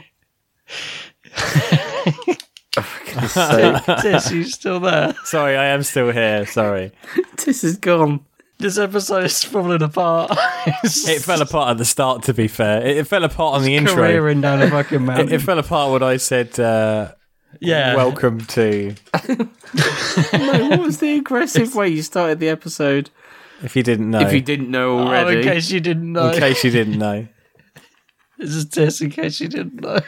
S3: For goodness sake.
S1: Tis, you still there?
S4: Sorry, I am still here. Sorry.
S3: This is gone.
S1: This episode's falling apart.
S4: It fell apart at the start, to be fair. It, it fell apart on the intro.
S1: Careering down a fucking
S4: It,
S1: mountain.
S4: it fell apart when I said, uh,
S1: yeah.
S4: welcome to.
S3: no, what was the aggressive way you started the episode?
S4: If you didn't know.
S3: If you didn't know
S1: Oh,
S3: already.
S1: in case you didn't know.
S4: In case you didn't know.
S1: This is Tess, in case you didn't know.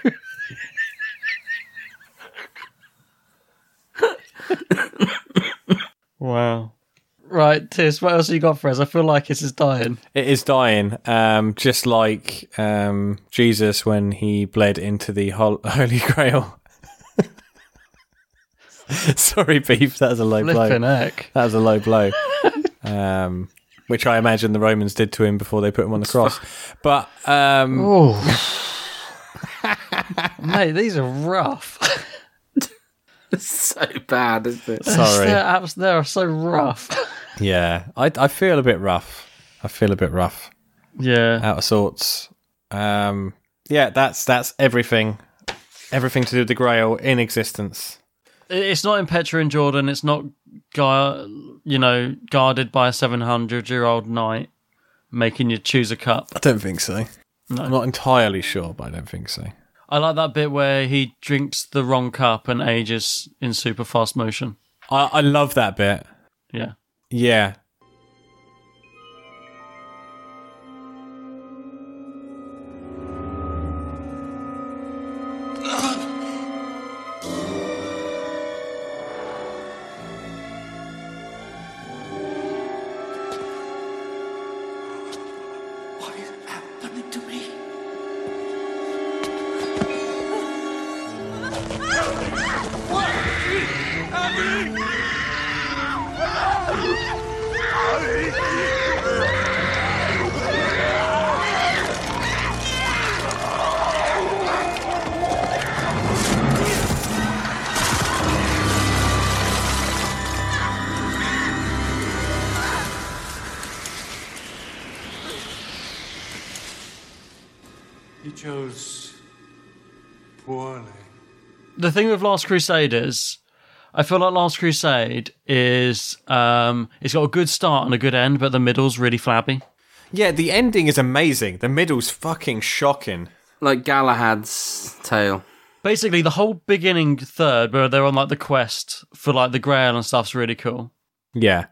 S1: wow. Right, Tess, what else have you got for us? I feel like this is dying.
S4: It is dying, um, just like um, Jesus when he bled into the hol- Holy Grail. Sorry, beef. That was a low
S1: Flippin'
S4: blow.
S1: heck.
S4: That was a low blow, um, which I imagine the Romans did to him before they put him on the cross. But um,
S1: Oh. Mate, these are rough.
S3: It's so bad, isn't it?
S4: Sorry.
S1: They're, abs- they are so rough.
S4: yeah, I, I feel a bit rough. I feel a bit rough,
S1: Yeah.
S4: out of sorts. Um, yeah, that's that's everything. Everything to do with the Grail in existence.
S1: It's not in Petra and Jordan. It's not, gu- you know, guarded by a 700 year old knight making you choose a cup.
S4: I don't think so. I'm not entirely sure, but I don't think so.
S1: I like that bit where he drinks the wrong cup and ages in super fast motion.
S4: I, I love that bit.
S1: Yeah.
S4: Yeah.
S8: What is happening to me?
S5: He chose poorly.
S1: The thing with Last Crusade is, I feel like Last Crusade is, um, it's got a good start and a good end, but the middle's really flabby.
S4: Yeah, the ending is amazing. The middle's fucking shocking.
S3: Like Galahad's tale.
S1: Basically, the whole beginning third, where they're on like the quest for like the Grail and stuff's really cool.
S4: Yeah.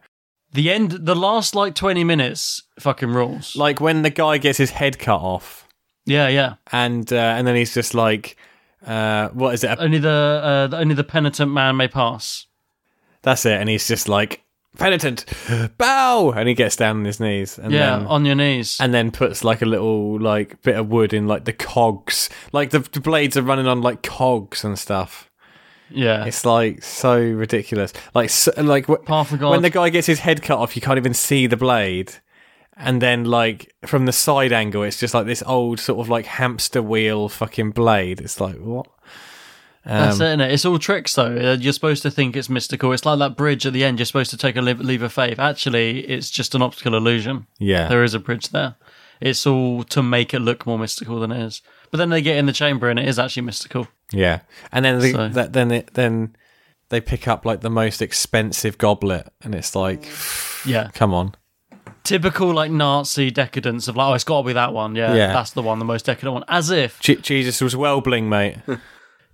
S1: The end, the last like 20 minutes fucking rules.
S4: Like when the guy gets his head cut off
S1: Yeah, yeah.
S4: and uh, and then he's just like uh, what is it?
S1: Only the, uh, only the penitent man may pass.
S4: That's it. And he's just like penitent, bow, and he gets down on his knees. And
S1: Yeah,
S4: then,
S1: on your knees,
S4: and then puts like a little like bit of wood in like the cogs, like the, the blades are running on like cogs and stuff.
S1: Yeah,
S4: it's like so ridiculous. Like so, like wh- when the guy gets his head cut off, you can't even see the blade. And then, like from the side angle, it's just like this old sort of like hamster wheel fucking blade. It's like what?
S1: That's
S4: Um,
S1: it, innit? It's all tricks, though. Uh, You're supposed to think it's mystical. It's like that bridge at the end. You're supposed to take a leap, leap of faith. Actually, it's just an optical illusion.
S4: Yeah.
S1: There is a bridge there. It's all to make it look more mystical than it is. But then they get in the chamber and it is actually mystical.
S4: Yeah, and then the,
S1: So-
S4: that, then it, then they pick up like the most expensive goblet, and it's like,
S1: Yeah.
S4: come on,
S1: Typical, like, Nazi decadence of, like, oh, it's got to be that one. Yeah,
S4: Yeah.
S1: That's the one, the most decadent one. As if.
S4: Je- Jesus was well bling, mate.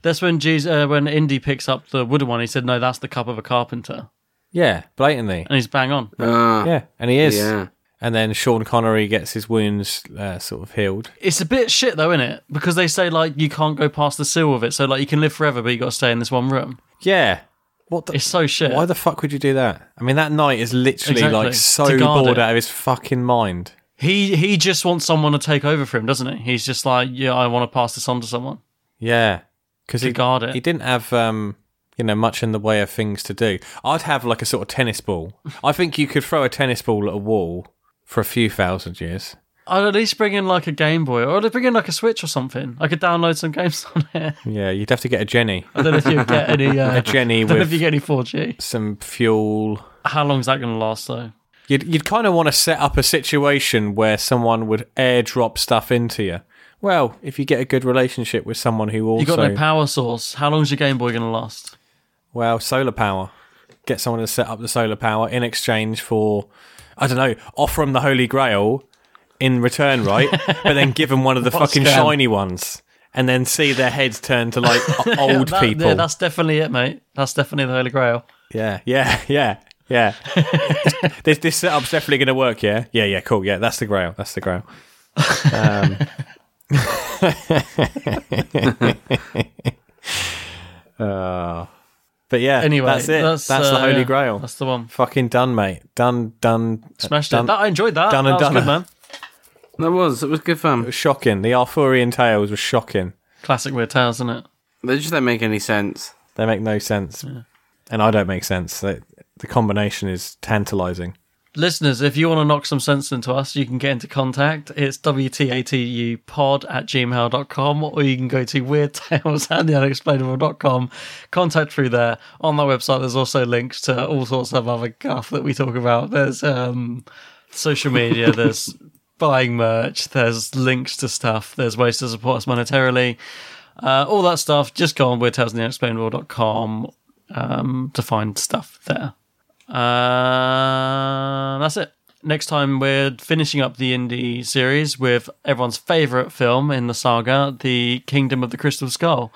S1: That's when Jesus, uh, when Indy picks up the wooden one. He said, no, that's the cup of a carpenter.
S4: yeah, blatantly,
S1: And he's bang on.
S4: yeah, and he is.
S1: yeah.
S4: And then Sean Connery gets his wounds uh, sort of healed.
S1: It's a bit shit though, isn't it? Because they say like you can't go past the seal of it, so like you can live forever, but you got to stay in this one room.
S4: Yeah. What the,
S1: it's so shit.
S4: Why the fuck would you do that? I mean, that night is literally
S1: Exactly.
S4: like so
S1: To guard
S4: bored
S1: it.
S4: out of his fucking mind.
S1: He he just wants someone to take over for him, doesn't he? He's just like, yeah, I want to pass this on to someone.
S4: Yeah, because
S1: To
S4: he
S1: guard it.
S4: He didn't have um, you know, much in the way of things to do. I'd have like a sort of tennis ball. I think you could throw a tennis ball at a wall for a few thousand years.
S1: I'd at least bring in like a Game Boy, or I'd bring in like a Switch or something. I could download some games on it.
S4: Yeah, you'd have to get a Jenny.
S1: I don't know if you get any. Uh,
S4: a
S1: I
S4: Jenny
S1: don't know
S4: with
S1: if you get any 4G.
S4: some fuel.
S1: How long's that going to last though?
S4: You'd you'd kind of want to set up a situation where someone would airdrop stuff into you. Well, if you get a good relationship with someone who also
S1: You got no power source. How long's your Game Boy going to last?
S4: Well, solar power. Get someone to set up the solar power in exchange for, I don't know, offer them the Holy Grail in return, right? but then give them one of the
S1: What a
S4: fucking
S1: scam.
S4: shiny ones and then see their heads turn to like o- old
S1: That-
S4: people.
S1: Yeah, that's definitely it, mate. That's definitely the Holy Grail.
S4: yeah, yeah, yeah, yeah. this, this setup's definitely going to work, yeah? Yeah, yeah, cool. Yeah, that's the Grail. That's the Grail. Um, uh, but yeah,
S1: Anyway,
S4: that's it.
S1: that's,
S4: That's, the
S1: uh,
S4: Holy
S1: yeah,
S4: Grail.
S1: that's the one.
S4: Fucking done, mate. Done, done. uh,
S1: Smashed
S4: done,
S1: it. That, I enjoyed that.
S4: Done and
S1: that was
S4: done.
S1: good, man.
S4: That was. It was good fun. It was shocking. The Arthurian tales were shocking.
S1: Classic Weird Tales, isn't it?
S4: They just don't make any sense. They make no sense, and I don't make sense. They, the combination is tantalising.
S1: Listeners, if you want to knock some sense into us, you can get into contact. It's WTATUpod at gmail.com or you can go to weirdtales at theunexplainable.com. Contact through there. On that website, there's also links to all sorts of other guff that we talk about. There's um, social media, there's buying merch, there's links to stuff, there's ways to support us monetarily. Uh, all that stuff, just go on weirdtalesandtheunexplainable.com um, to find stuff there. Uh, that's it. Next time, we're finishing up the indie series with everyone's favourite film in the saga, The Kingdom of the Crystal Skull.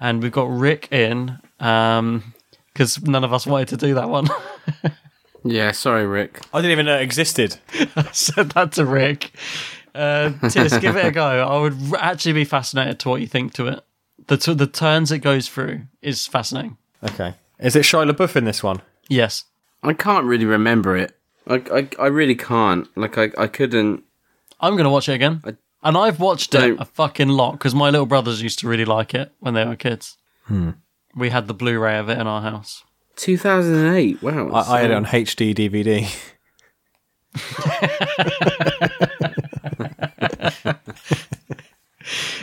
S1: And we've got Rick in, because none of us wanted to do that one.
S3: Yeah, sorry, Rick.
S4: I didn't even know it existed.
S1: I said that to Rick. Uh, Tis, give it a go. I would r- actually be fascinated to what you think to it. The, t- the turns it goes through is fascinating.
S4: Okay, is it Shia LaBeouf in this one?
S1: Yes.
S3: I can't really remember it. I, I, I really can't. Like, I, I couldn't.
S1: I'm going to watch it again. and I've watched it a fucking lot because my little brothers used to really like it when they were kids.
S4: Hmm.
S1: We had the Blu ray of it in our house.
S3: 2008. Wow.
S4: I, I had it
S3: so-
S4: on HD DVD.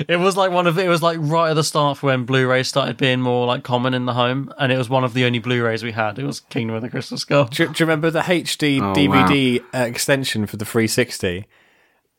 S1: It was like one of it was like right at the start when Blu ray started being more like common in the home, and it was one of the only Blu rays we had. It was Kingdom of the Crystal Skull.
S4: Do, do you remember the HD
S1: Oh,
S4: DVD uh, extension for the 360?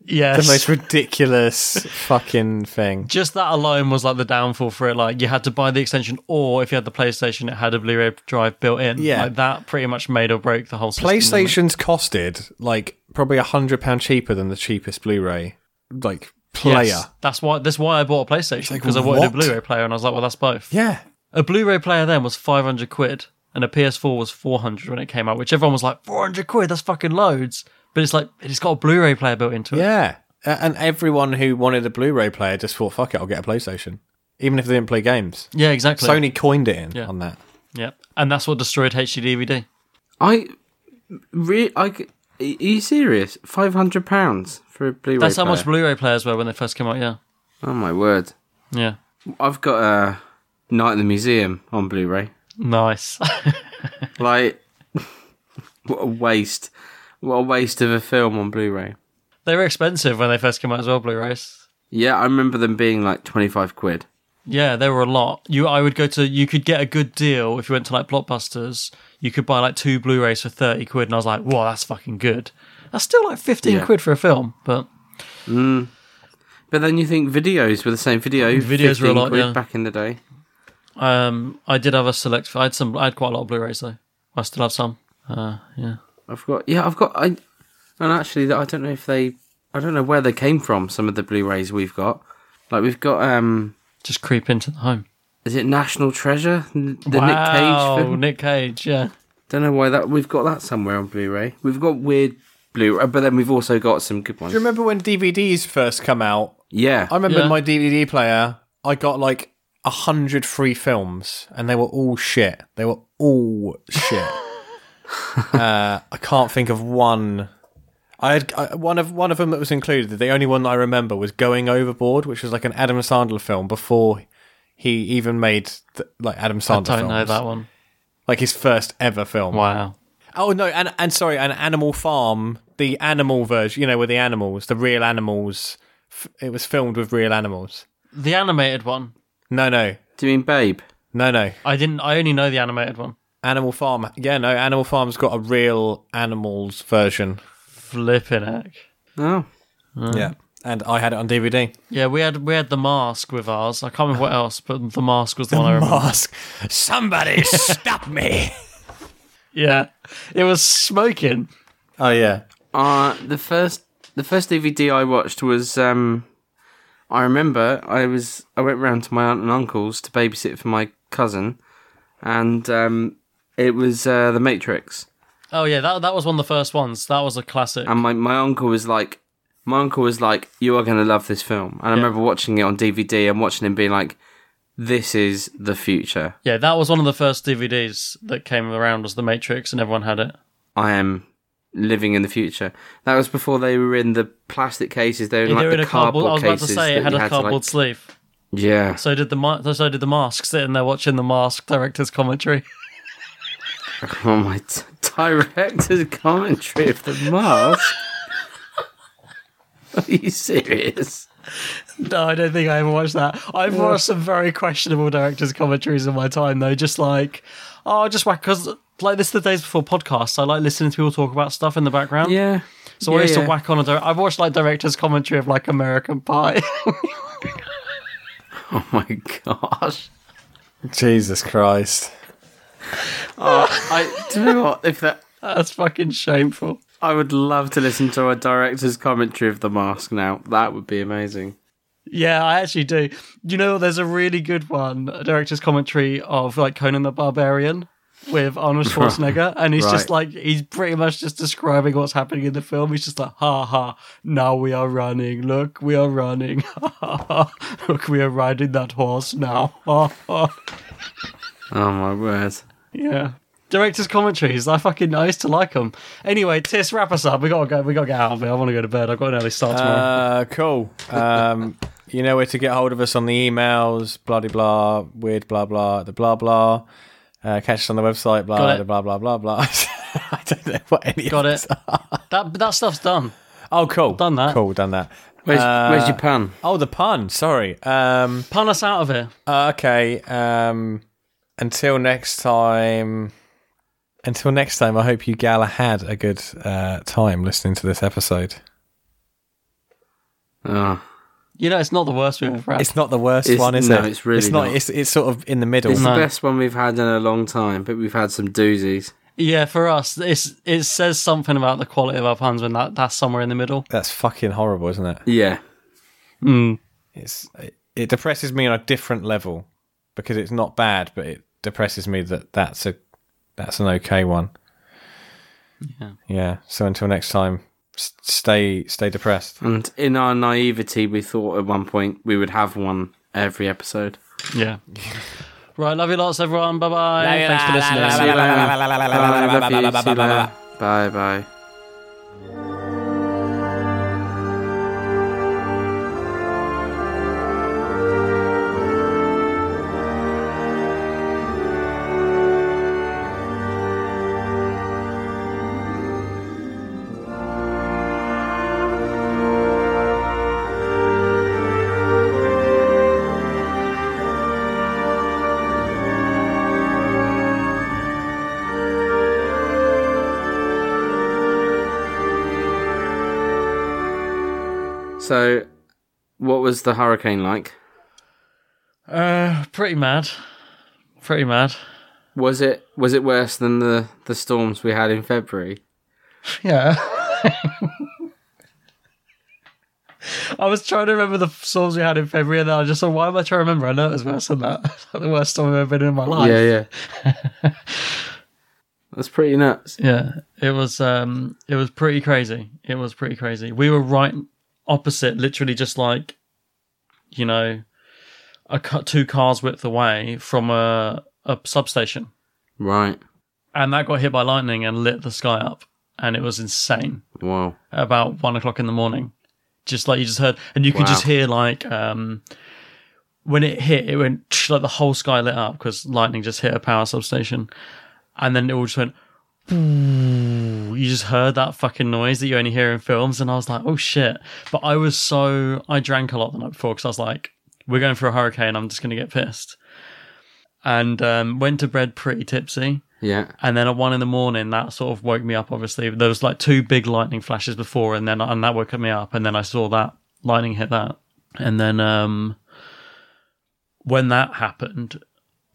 S1: Yes.
S4: The most ridiculous fucking thing.
S1: Just that alone was like the downfall for it. Like you had to buy the extension, or if you had the PlayStation, it had a Blu ray drive built in.
S4: Yeah.
S1: Like that pretty much made or broke the whole system. didn't it?
S4: PlayStation's costed like probably a hundred pound cheaper than the cheapest Blu-ray like player.
S1: Yes, that's why that's why I bought a PlayStation because I wanted a
S4: what?
S1: Blu-ray player, and I was like, well, that's both.
S4: Yeah,
S1: a Blu-ray player then was five hundred quid, and a PS4 was four hundred when it came out, which everyone was like, four hundred quid, that's fucking loads. But it's like it's got a Blu-ray player built into it.
S4: Yeah, A- and everyone who wanted a Blu-ray player just thought, "Fuck it, I'll get a PlayStation," even if they didn't play games.
S1: Yeah, exactly.
S4: Sony coined it in
S1: Yeah.
S4: on that.
S1: Yep, and that's what destroyed HD DVD.
S3: I Re- I c- are you serious? Five hundred pounds for a Blu-ray.
S1: That's how
S3: player?
S1: much Blu-ray players were when they first came out. Yeah,
S3: Oh my word!
S1: Yeah.
S3: I've got a Night at the Museum on Blu-ray.
S1: nice.
S3: Like, what a waste! What a waste of a film on Blu-ray.
S1: they were expensive when they first came out as well. Blu-rays.
S3: Yeah, I remember them being like twenty-five quid.
S1: Yeah, they were a lot. You, I would go to. You could get a good deal if you went to like Blockbusters. You could buy like two Blu-rays for thirty quid, and I was like, "Wow, that's fucking good." That's still like fifteen
S3: Yeah.
S1: quid for a film, but
S3: Mm. But then you think videos were the same video.
S1: Videos were a
S3: 15
S1: lot,
S3: quid
S1: yeah.
S3: back in the day.
S1: um, I did have a select. I had some. I had quite a lot of Blu-rays though. I still have some. Uh, yeah.
S3: I've got yeah, I've got I, and actually I don't know if they, I don't know where they came from. Some of the Blu-rays we've got, like we've got um,
S1: just creep into the home.
S3: Is it National Treasure? N- The
S1: Wow,
S3: Nick Cage film.
S1: Nick Cage, yeah.
S3: Don't know why that we've got that somewhere on Blu-ray. We've got weird Blu-ray, but then we've also got some good
S4: Do
S3: ones.
S4: you remember when DVDs first come out?
S3: Yeah,
S4: I remember
S3: Yeah.
S4: my DVD player. I got like a hundred free films, and they were all shit. They were all shit. uh, I can't think of one. I had I, one of one of them that was included. The only one that I remember was Going Overboard, which was like an Adam Sandler film before he even made th- like Adam Sandler.
S1: don't know
S4: films.
S1: that one.
S4: Like his first ever film.
S1: Wow.
S4: Oh no, and and sorry, an Animal Farm, the animal version, you know, with the animals, the real animals. F- it was filmed with real animals.
S1: The animated one.
S4: No, no.
S3: Do you mean Babe?
S4: No, no.
S1: I didn't. I only know the animated one.
S4: Animal Farm. Yeah, no. Animal Farm's got a real animals version.
S1: Flipping heck.
S3: Oh.
S1: Mm.
S4: Yeah, and I had it on DVD.
S1: Yeah, we had we had the mask with ours. I can't remember what else, but the mask was the, one I remember.
S4: Mask.
S2: Somebody stop me!
S1: Yeah, it was smoking.
S4: Oh yeah.
S3: Uh the first the first DVD I watched was um, I remember I was I went round to my aunt and uncle's to babysit for my cousin, and um, it was uh, The Matrix.
S1: Oh yeah, that that was one of the first ones. That was a classic.
S3: And my, my uncle was like, my uncle was like, you are going to love this film. And I remember watching it on DVD and watching him being like, this is the future.
S1: yeah, that was one of the first DVDs that came around was The Matrix, and everyone had it.
S3: I am living in the future. That was before they were in the plastic cases. They were in,
S1: They
S3: like,
S1: were
S3: the
S1: in a
S3: cardboard,
S1: cardboard. I was about to
S3: cases
S1: say
S3: that
S1: it had
S3: you
S1: a
S3: had to, like-
S1: cardboard sleeve.
S3: yeah.
S1: So did the ma- so did the mask sitting there watching the mask director's commentary.
S3: Oh my t- director's commentary of the mask. Are you serious?
S1: No, I don't think I ever watched that. I've
S3: Yeah.
S1: watched some very questionable directors' commentaries in my time, though. Just like, oh, just whack because like this is the days before podcasts. I like listening to people talk about stuff in the background.
S3: Yeah.
S1: So I
S3: Yeah,
S1: used
S3: yeah.
S1: to whack on a. Di- I've watched like directors' commentary of like American Pie.
S3: Oh my gosh.
S4: Jesus Christ.
S3: Oh, I do you know what if that
S1: that's fucking shameful.
S3: I would love to listen to a director's commentary of The Mask now. That would be amazing.
S1: yeah, I actually do. You know, there's a really good one a director's commentary of like Conan the Barbarian with Arnold Schwarzenegger, and he's just like he's pretty much just describing what's happening in the film. He's just like, ha ha, now we are running. Look, we are running. Ha ha ha. Look, we are riding that horse now. Ha ha.
S3: Oh my word.
S1: Yeah. Director's commentaries, I fucking I used to like them. Anyway, Tis, wrap us up. We gotta go. We gotta get out of here. I want to go to bed. I've got an early start tomorrow.
S4: Uh, cool. Um, you know where to get hold of us on the emails, blah de blah, weird blah blah, the blah blah. Uh, catch us on the website,
S1: Got it.
S4: blah de blah blah blah blah. I don't know what any
S1: Got
S4: of
S1: it. that that stuff's done.
S4: Oh, cool.
S1: Done that.
S4: Cool, done that.
S3: Where's- where's your pun?
S4: Oh, the pun. Sorry. Um,
S1: Pun us out of here.
S4: uh, okay. Um, until next time. Until next time, I hope you gala had a good uh, time listening to this episode.
S3: Oh.
S1: You know, it's not the worst we've ever had.
S4: It's not the worst
S3: It's-
S4: one, is
S3: no,
S4: it?
S3: it's really
S4: It's not.
S3: not.
S4: It's, it's sort of in the middle.
S3: It's the best one we've had in a long time, but we've had some doozies.
S1: Yeah, for us, it's it says something about the quality of our puns when that that's somewhere in the middle.
S4: That's fucking horrible, isn't it?
S3: Yeah.
S1: Mm.
S4: It's it, it depresses me on a different level because it's not bad, but it depresses me that that's a that's an okay one.
S1: Yeah.
S4: Yeah. So until next time, s- stay stay depressed.
S3: And in our naivety, we thought at one point we would have one every episode.
S1: Yeah. right, love you lots, everyone. Bye bye. Thanks for listening.
S3: See you later. Bye, love you. See you later. Bye. Bye bye. So, what was the hurricane like?
S1: Uh, pretty mad. Pretty mad.
S3: Was it was it worse than the the storms we had in February?
S1: Yeah. I was trying to remember the storms we had in February, and then I just thought, why am I trying to remember? I know it was worse than that. It's like the worst storm I've ever been in my life.
S3: Yeah, yeah. That's pretty nuts.
S1: Yeah, it was. Um, it was pretty crazy. It was pretty crazy. We were right opposite, literally just like, you know, a cu- two cars width away from a, a substation.
S3: Right.
S1: And that got hit by lightning and lit the sky up. And it was insane.
S3: Wow.
S1: About one o'clock in the morning. Just like you just heard. And you could
S3: Wow.
S1: just hear like, um, when it hit, it went like the whole sky lit up because lightning just hit a power substation. And then it all just went, you just heard that fucking noise that you only hear in films, and I was like, oh shit. But I was so I drank a lot the night before because I was like, we're going for a hurricane. I'm just gonna get pissed, and um, went to bed pretty tipsy.
S3: Yeah.
S1: And then at one in the morning, that sort of woke me up. Obviously, there was like two big lightning flashes before, and then and that woke me up. And then I saw that lightning hit that, and then um, when that happened,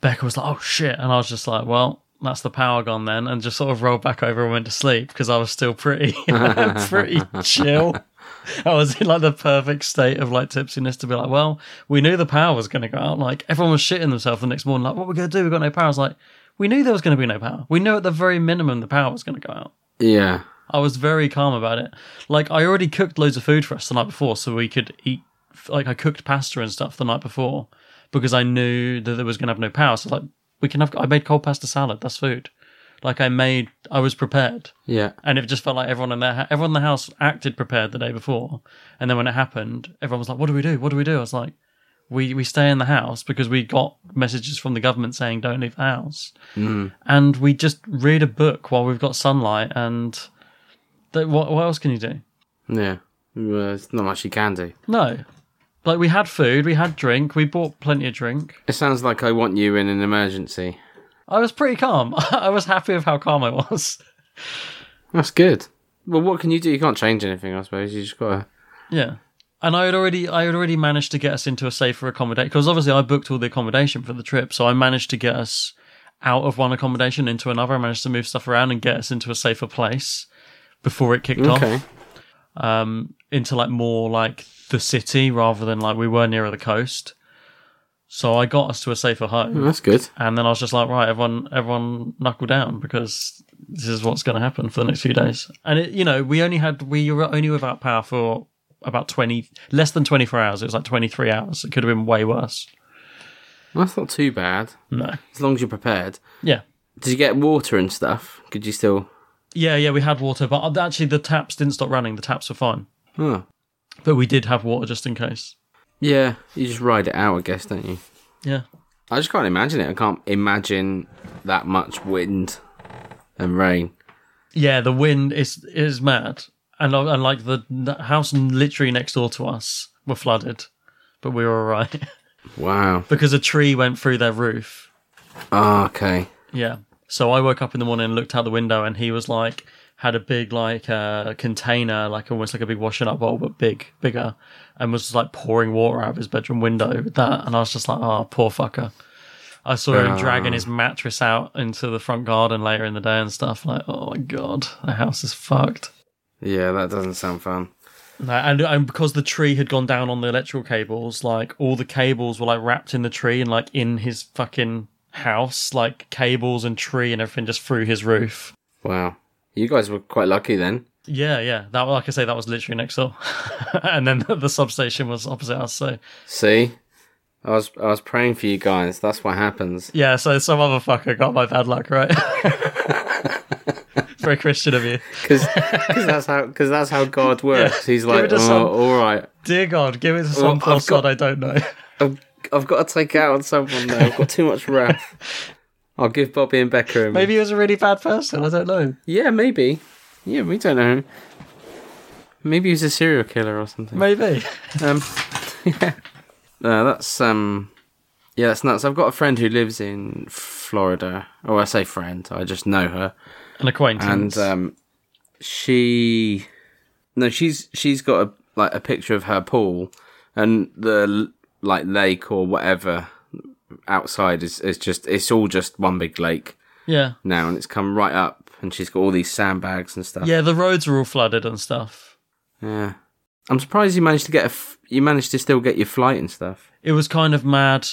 S1: Becca was like, "Oh shit!" and I was just like, "Well, that's the power gone then," and just sort of rolled back over and went to sleep because I was still pretty, pretty chill. I was in Oh, like the perfect state of like tipsiness to be like, "Well, we knew the power was going to go out." Like everyone was shitting themselves the next morning, like, "What we gonna do? We got no power." I was like, "We knew there was going to be no power. We knew at the very minimum the power was going to go out."
S3: Yeah.
S1: I was very calm about it. Like I already cooked loads of food for us the night before, so we could eat. Like I cooked pasta and stuff the night before because I knew that there was going to have no power. So like we can have. I made cold pasta salad. That's food. Like I made. I was prepared,
S3: Yeah.
S1: and it just felt like everyone in their ha- everyone in the house acted prepared the day before, and then when it happened, everyone was like, "What do we do? What do we do?" I was like. We, we stay in the house because we got messages from the government saying don't leave the house
S3: Mm.
S1: and we just read a book while we've got sunlight and th- what, what else can you do
S3: Yeah. Well, it's not much you can do.
S1: no like we had food we had drink we bought plenty of drink
S3: It sounds like I want you in an emergency.
S1: i was pretty calm i was happy with how calm i was
S3: That's good. Well, what can you do? You can't change anything, I suppose. You just gotta.
S1: yeah and i had already i had already managed to get us into a safer accommodation because obviously i booked all the accommodation for the trip so i managed to get us out of one accommodation into another i managed to move stuff around and get us into a safer place before it kicked off
S3: Okay.
S1: um, into like more like the city rather than like we were nearer the coast. So I got us to a safer home.
S3: Oh, that's good.
S1: And then I was just like, right, everyone, everyone, knuckle down because this is what's going to happen for the next few days. And it, you know, we only had we were only without power for about twenty, less than twenty four hours. It was like twenty three hours. It could have been way worse.
S3: That's not too bad.
S1: No.
S3: As long as you're prepared.
S1: Yeah.
S3: Did you get water and stuff? Could you still?
S1: Yeah, yeah, we had water, but uh, actually the taps didn't stop running. The taps were fine,
S3: Oh.
S1: but we did have water just in case.
S3: Yeah. You just ride it out, I guess, don't you?
S1: Yeah.
S3: I just can't imagine it. I can't imagine that much wind and rain.
S1: yeah, the wind is is mad, and uh, and like the n- house literally next door to us were flooded, but we were alright
S3: Wow.
S1: because a tree went through their roof.
S3: Ah, okay.
S1: Yeah, so I woke up in the morning and looked out the window, and he was like had a big like uh, container, like almost like a big washing up bowl, but big, bigger, and was like pouring water out of his bedroom window with that, and I was just like, oh, poor fucker. I saw him dragging his mattress out into the front garden later in the day and stuff. Like, oh my god, the house is fucked.
S3: Yeah, that doesn't sound fun.
S1: No, and and because the tree had gone down on the electrical cables, like all the cables were like wrapped in the tree and like in his fucking house, like cables and tree and everything just through his roof.
S3: Wow. You guys were quite lucky then.
S1: Yeah, yeah. That like I say, that was literally next door, and then the, the substation was opposite us. So
S3: See? I was I was praying for you guys. That's what happens.
S1: yeah, so some other fucker got my bad luck, right? very Christian of you.
S3: Because that's how because that's how God works. He's
S1: Give
S3: like,
S1: it
S3: oh,
S1: to some-
S3: all right,
S1: Dear God, give it to
S3: Well,
S1: some poor
S3: I've got-
S1: sod I don't know.
S3: I've, I've got to take it out on someone now. I've got too much wrath. I'll give Bobby and Becca. A
S1: Maybe he was a really bad person. I don't know.
S3: Yeah, maybe. Yeah, we don't know. Maybe he's a serial killer or something.
S1: Maybe.
S3: Um, yeah. No, that's um, yeah, that's nuts. I've got a friend who lives in Florida. Oh, I say friend. I just know her.
S1: An acquaintance.
S3: And um, she, no, she's she's got a like a picture of her pool, and the like lake or whatever outside is is just it's all just one big lake
S1: Yeah.
S3: now, and it's come right up, and she's got all these sandbags and stuff.
S1: Yeah, the roads are all flooded and stuff.
S3: Yeah. I'm surprised you managed to get a f- you managed to still get your flight and stuff.
S1: It was kind of mad.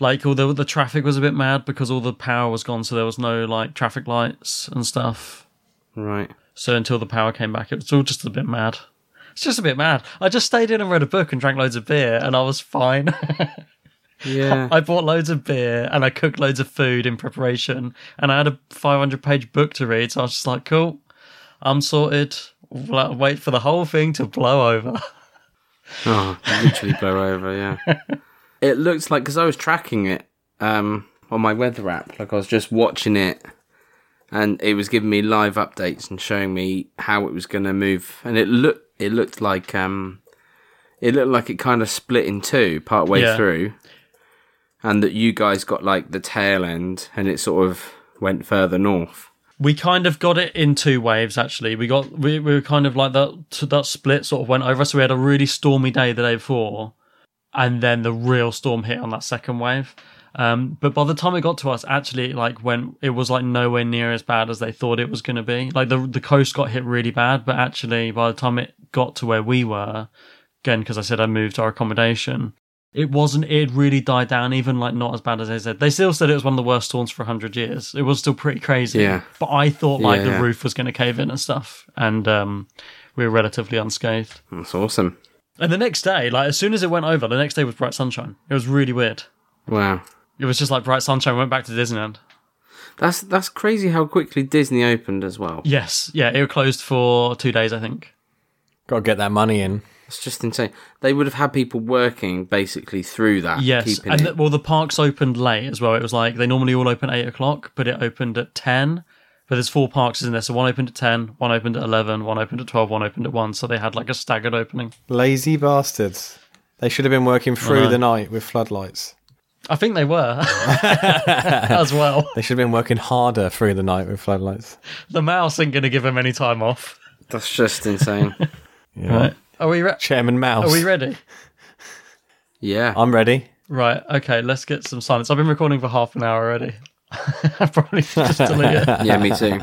S1: Like all the the traffic was a bit mad because all the power was gone, so there was no like traffic lights and stuff.
S3: Right.
S1: So until the power came back, it was all just a bit mad. It's just a bit mad. I just stayed in and read a book and drank loads of beer, and I was fine.
S3: Yeah.
S1: I bought loads of beer and I cooked loads of food in preparation, and I had a 500 page book to read. So I was just like, cool, I'm sorted. Wa- Wait for the whole thing to blow over.
S3: Oh, literally blow over, yeah. It looks like because I was tracking it um, on my weather app, like I was just watching it, and it was giving me live updates and showing me how it was going to move, and it looked it looked like um, it looked like it kind of split in two part way
S1: Yeah.
S3: through, and that you guys got like the tail end, and it sort of went further north.
S1: We kind of got it in two waves, actually. We got we, we were kind of like that that split sort of went over. So we had a really stormy day the day before, and then the real storm hit on that second wave. Um, but by the time it got to us, actually, like when it was like nowhere near as bad as they thought it was going to be. Like the the coast got hit really bad, but actually, by the time it got to where we were, again because I said I moved our accommodation, it wasn't. It really died down, even like not as bad as they said. They still said it was one of the worst storms for hundred years. It was still pretty crazy.
S3: Yeah.
S1: But I thought like
S3: Yeah,
S1: the
S3: yeah.
S1: roof was going to cave in and stuff, and um, we were relatively unscathed.
S3: That's awesome.
S1: And the next day, like as soon as it went over, the next day was bright sunshine. It was really weird.
S3: Wow.
S1: It was just like bright sunshine. We went back to Disneyland.
S3: That's that's crazy how quickly Disney opened as well.
S1: Yes, yeah, it closed for two days, I think.
S4: Got to get that money in.
S3: It's just insane. They would have had people working basically through that.
S1: Yes,
S3: keeping
S1: and
S3: it.
S1: the, well, the parks opened late as well. It was like they normally all open at eight o'clock, but it opened at ten. But there's four parks in there, so one opened at ten, one opened at eleven, one opened at twelve, one opened at one. So they had like a staggered opening.
S4: Lazy bastards. They should have been working through
S1: know.
S4: the night with floodlights.
S1: I think they were as well.
S4: They should have been working harder through the night with floodlights.
S1: The mouse ain't going to give them any time off.
S3: That's just insane.
S4: Yeah.
S1: Right? Are we re-
S4: Chairman Mouse.
S1: are we ready?
S3: yeah.
S4: I'm ready.
S1: Right. Okay. Let's get some silence. I've been recording for half an hour already. I probably should just delete it.
S3: yeah, me too.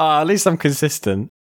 S4: Ah, at least I'm consistent.